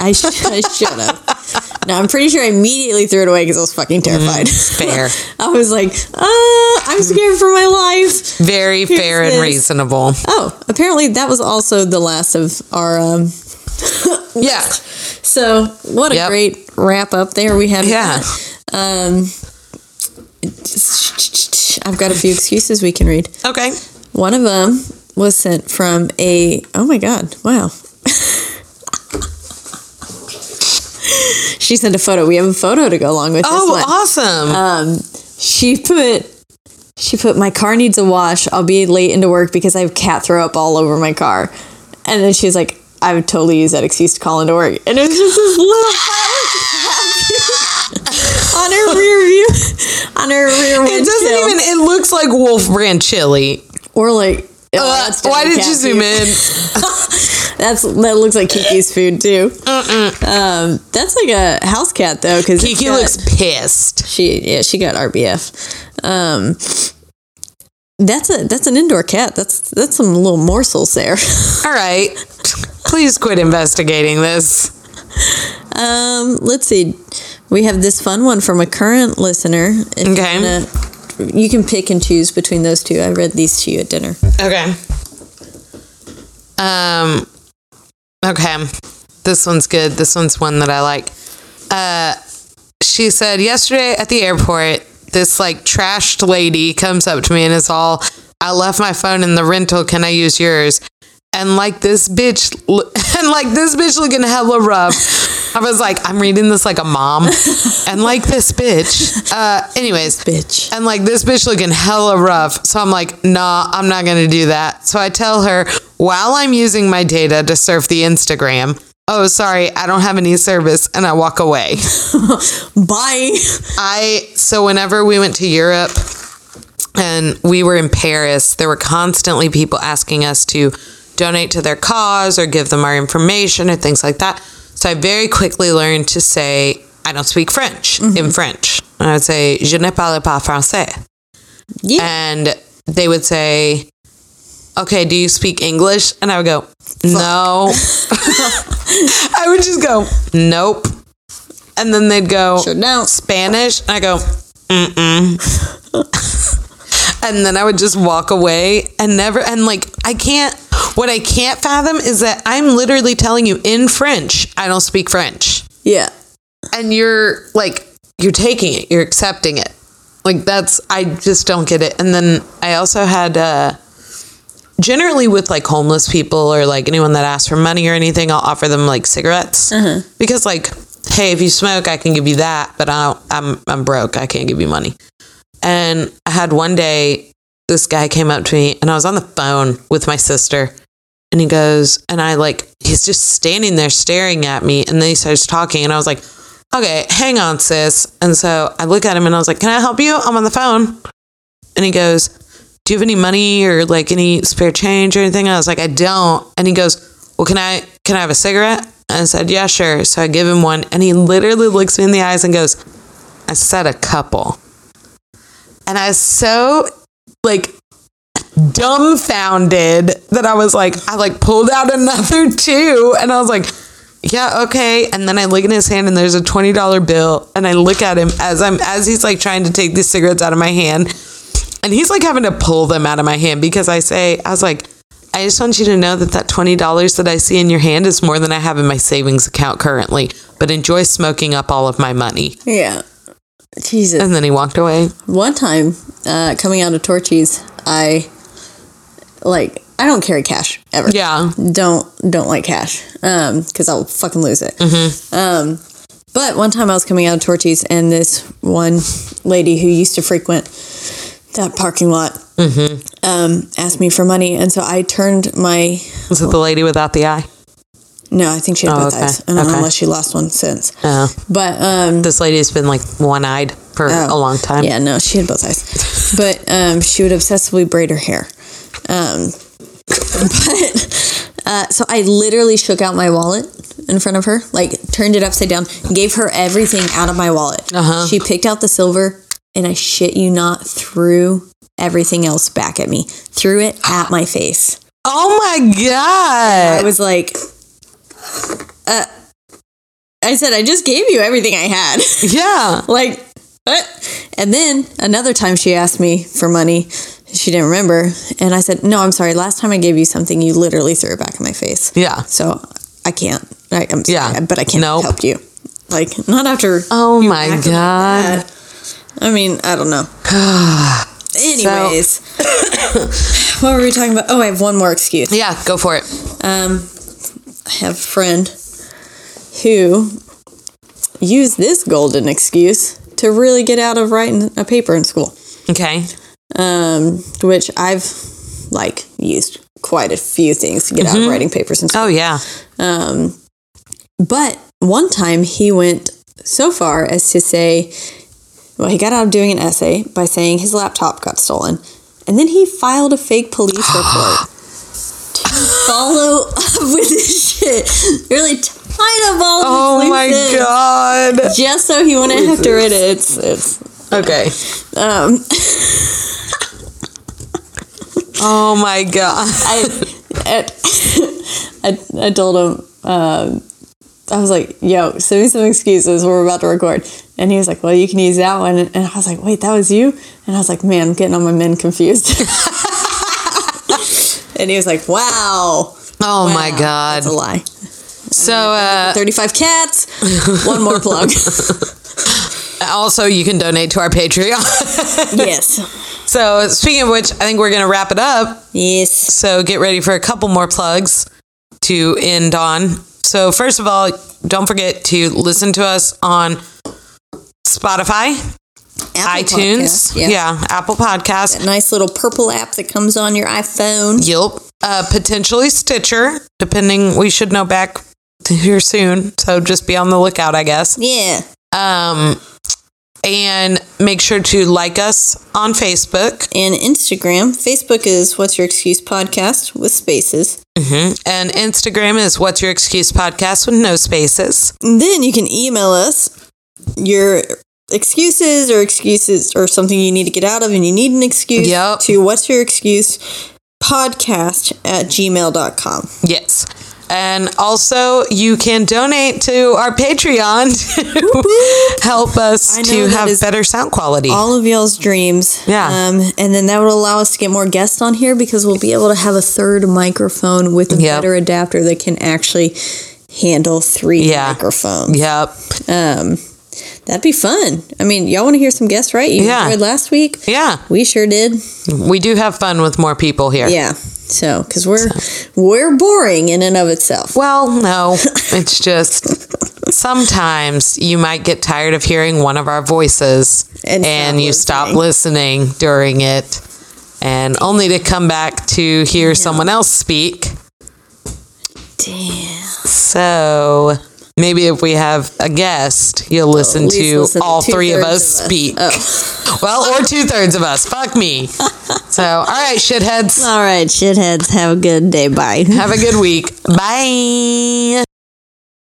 Speaker 2: I, sh- I should have. No, I'm pretty sure I immediately threw it away because I was fucking terrified.
Speaker 1: Mm, fair.
Speaker 2: I was like, uh, I'm scared for my life.
Speaker 1: Very
Speaker 2: Here's
Speaker 1: fair and
Speaker 2: this.
Speaker 1: reasonable.
Speaker 2: Oh, apparently that was also the last of our. Um,
Speaker 1: Yeah.
Speaker 2: so what a
Speaker 1: Yep.
Speaker 2: great wrap up there we had. with
Speaker 1: Yeah.
Speaker 2: that. Um, I've got a few excuses we can read.
Speaker 1: Okay.
Speaker 2: One of them was sent from a. Oh my God! Wow. she sent a photo. We have a photo to go along with this
Speaker 1: Oh,
Speaker 2: one.
Speaker 1: awesome.
Speaker 2: um, she put she put my car needs a wash. I'll be late into work because I have cat throw up all over my car. And then she's like, I would totally use that excuse to call into work. And it was just this little pile of cat on her rear view, on her rear
Speaker 1: it
Speaker 2: windshield.
Speaker 1: doesn't even. It looks like Wolf Ranch chili.
Speaker 2: or like. oh,
Speaker 1: Uh,
Speaker 2: that's
Speaker 1: why
Speaker 2: definitely
Speaker 1: did you
Speaker 2: cat
Speaker 1: zoom in?
Speaker 2: food. That's that looks like Kiki's food too. Um, that's like a house cat though, because
Speaker 1: Kiki looks pissed.
Speaker 2: She yeah, she got RBF. Um that's a that's an indoor cat. That's that's some little morsels there.
Speaker 1: All right. Please quit investigating this.
Speaker 2: Um let's see. We have this fun one from a current listener. If you
Speaker 1: Okay.
Speaker 2: wanna- you can pick and choose between those two. I read these to you at dinner.
Speaker 1: Okay. Um. Okay. This one's good. This one's one that I like. Uh, she said yesterday at the airport, this like trashed lady comes up to me and is all, "I left my phone in the rental. Can I use yours?" And like this bitch, lo- and like this bitch looking hella rough. I was like, I'm reading this like a mom, and like this bitch. Uh, anyways,
Speaker 2: Bitch.
Speaker 1: and like this bitch looking hella rough. So I'm like, nah, I'm not gonna do that. So I tell her while I'm using my data to surf the Instagram, oh sorry, I don't have any service, and I walk away.
Speaker 2: Bye.
Speaker 1: I so whenever we went to Europe and we were in Paris, there were constantly people asking us to donate to their cause or give them our information or things like that. So I very quickly learned to say I don't speak French in French. And I would say je ne parle pas français.
Speaker 2: Yeah.
Speaker 1: And they would say, "Okay, do you speak English?" And I would go, "No." I would just go, "Nope." And then they'd go,
Speaker 2: Sure don't.
Speaker 1: Spanish. And I go, mm-mm. and then I would just walk away and never, and like, I can't, what I can't fathom is that I'm literally telling you in French, I don't speak French.
Speaker 2: Yeah.
Speaker 1: And you're like, you're taking it, you're accepting it. Like, that's, I just don't get it. And then I also had, uh, generally with like homeless people or like anyone that asks for money or anything, I'll offer them like cigarettes because like, hey, if you smoke, I can give you that, but I don't, I'm I'm broke, I can't give you money. And I had one day, this guy came up to me, and I was on the phone with my sister, and he goes, and I like, he's just standing there staring at me, and then he starts talking, and I was like. Okay, hang on, sis. And so I look at him and I was like, Can I help you? I'm on the phone. And he goes, do you have any money or like any spare change or anything? I was like, I don't. And he goes, well, can I, can I have a cigarette? And I said, yeah, sure. So I give him one and he literally looks me in the eyes and goes, I said a couple. And I was so like dumbfounded that I was like, I like pulled out another two and I was like, yeah, okay. And then I look in his hand and there's a $20 bill and I look at him as I'm as he's like trying to take these cigarettes out of my hand. And he's like having to pull them out of my hand because I say, I was like, I just want you to know that that $20 that I see in your hand is more than I have in my savings account currently, but enjoy smoking up all of my money.
Speaker 2: Yeah. Jesus.
Speaker 1: And then he walked away.
Speaker 2: One time, uh, coming out of Torchy's, I like I don't carry cash ever.
Speaker 1: Yeah.
Speaker 2: Don't don't like cash. Um, because I'll fucking lose it.
Speaker 1: Mm-hmm.
Speaker 2: Um, but one time I was coming out of Torchy's, and this one lady who used to frequent that parking lot,
Speaker 1: Mm-hmm.
Speaker 2: um, asked me for money, and so I turned my
Speaker 1: Was it the lady without the eye?
Speaker 2: no, I think she had
Speaker 1: Oh,
Speaker 2: both
Speaker 1: okay.
Speaker 2: eyes, I don't know
Speaker 1: Okay.
Speaker 2: unless she lost one since.
Speaker 1: Oh.
Speaker 2: But um,
Speaker 1: This lady has been like one eyed for a long time.
Speaker 2: Oh, Yeah, no, she had both eyes, but um, she would obsessively braid her hair. Um, but uh, so I literally shook out my wallet in front of her, like turned it upside down, gave her everything out of my wallet.
Speaker 1: Uh-huh.
Speaker 2: She picked out the silver, and I shit you not, threw everything else back at me, threw it at my face.
Speaker 1: Oh my
Speaker 2: I
Speaker 1: God.
Speaker 2: was like, uh, I said, I just gave you everything I had.
Speaker 1: yeah.
Speaker 2: like what? And then another time she asked me for money. She didn't remember, and I said, "No, I'm sorry. Last time I gave you something, you literally threw it back in my face.
Speaker 1: Yeah.
Speaker 2: So I can't. I, I'm sorry,
Speaker 1: Yeah.
Speaker 2: but I can't
Speaker 1: Nope.
Speaker 2: help you. Like not after.
Speaker 1: Oh my
Speaker 2: acted like
Speaker 1: God.
Speaker 2: that. I mean, I don't know. Anyways, what were we talking about? Oh, I have one more excuse.
Speaker 1: yeah, go for it.
Speaker 2: Um, I have a friend who used this golden excuse to really get out of writing a paper in school,
Speaker 1: Okay.
Speaker 2: um, which I've like used quite a few things to get out of writing papers in school.
Speaker 1: Oh, yeah.
Speaker 2: Um, but one time he went so far as to say, well, he got out of doing an essay by saying his laptop got stolen. And then he filed a fake police report to follow up with this shit. Really tied up all
Speaker 1: Oh
Speaker 2: these
Speaker 1: my
Speaker 2: loose ends
Speaker 1: God.
Speaker 2: Just so he wouldn't have to read it. It's, it's
Speaker 1: Okay.
Speaker 2: um,
Speaker 1: Oh my God.
Speaker 2: I, I, I, I told him, um, I was like, yo, send me some excuses. We're about to record. And he was like, well, you can use that one. And I was like, wait, that was you? And I was like, man, I'm getting all my men confused. and he was like, wow.
Speaker 1: Oh my
Speaker 2: Wow,
Speaker 1: God.
Speaker 2: That's a lie.
Speaker 1: So, uh,
Speaker 2: 35 cats. One more plug.
Speaker 1: also, you can donate to our Patreon.
Speaker 2: yes.
Speaker 1: so, speaking of which, I think we're going to wrap it up.
Speaker 2: Yes.
Speaker 1: So, get ready for a couple more plugs to end on. So, first of all, don't forget to listen to us on Spotify,
Speaker 2: Apple
Speaker 1: iTunes,
Speaker 2: Podcast,
Speaker 1: yeah. Apple Podcast,
Speaker 2: That nice little purple app that comes on your iPhone.
Speaker 1: Yelp, uh, potentially Stitcher, depending. We should know back here soon, so just be on the lookout, I guess.
Speaker 2: Yeah.
Speaker 1: Um, and make sure to like us on Facebook
Speaker 2: And Instagram. Facebook is What's Your Excuse Podcast with spaces.
Speaker 1: and Instagram is What's Your Excuse Podcast with no spaces.
Speaker 2: And then you can email us your excuses or excuses or something you need to get out of and you need an excuse
Speaker 1: Yep.
Speaker 2: to what's your excuse podcast at gmail.com.
Speaker 1: Yes. And also, you can donate to our Patreon to help us
Speaker 2: I know
Speaker 1: to
Speaker 2: that
Speaker 1: have
Speaker 2: is
Speaker 1: better sound quality.
Speaker 2: All of y'all's dreams.
Speaker 1: Yeah.
Speaker 2: Um, and then that would allow us to get more guests on here because we'll be able to have a third microphone with a
Speaker 1: Yep.
Speaker 2: better adapter that can actually handle three
Speaker 1: Yeah.
Speaker 2: microphones.
Speaker 1: yep.
Speaker 2: Um, that'd be fun. I mean, y'all want to hear some guests, right? You
Speaker 1: Yeah.
Speaker 2: enjoyed last week.
Speaker 1: Yeah.
Speaker 2: We sure did.
Speaker 1: We do have fun with more people here.
Speaker 2: Yeah. So, because we're we're boring in and of itself.
Speaker 1: Well, no, it's just sometimes you might get tired of hearing one of our voices
Speaker 2: And
Speaker 1: and,
Speaker 2: stop
Speaker 1: you stop listening during it, and only to come back to hear someone else speak.
Speaker 2: Damn.
Speaker 1: So Maybe if we have a guest, you'll listen
Speaker 2: least
Speaker 1: to
Speaker 2: listen to
Speaker 1: all three of
Speaker 2: two-thirds
Speaker 1: us
Speaker 2: of us. Oh.
Speaker 1: speak. well, or two thirds of us. Fuck me. So, all right,
Speaker 2: Oh.
Speaker 1: shitheads.
Speaker 2: All right, shitheads, have a good day. Bye.
Speaker 1: Have a good week. Bye.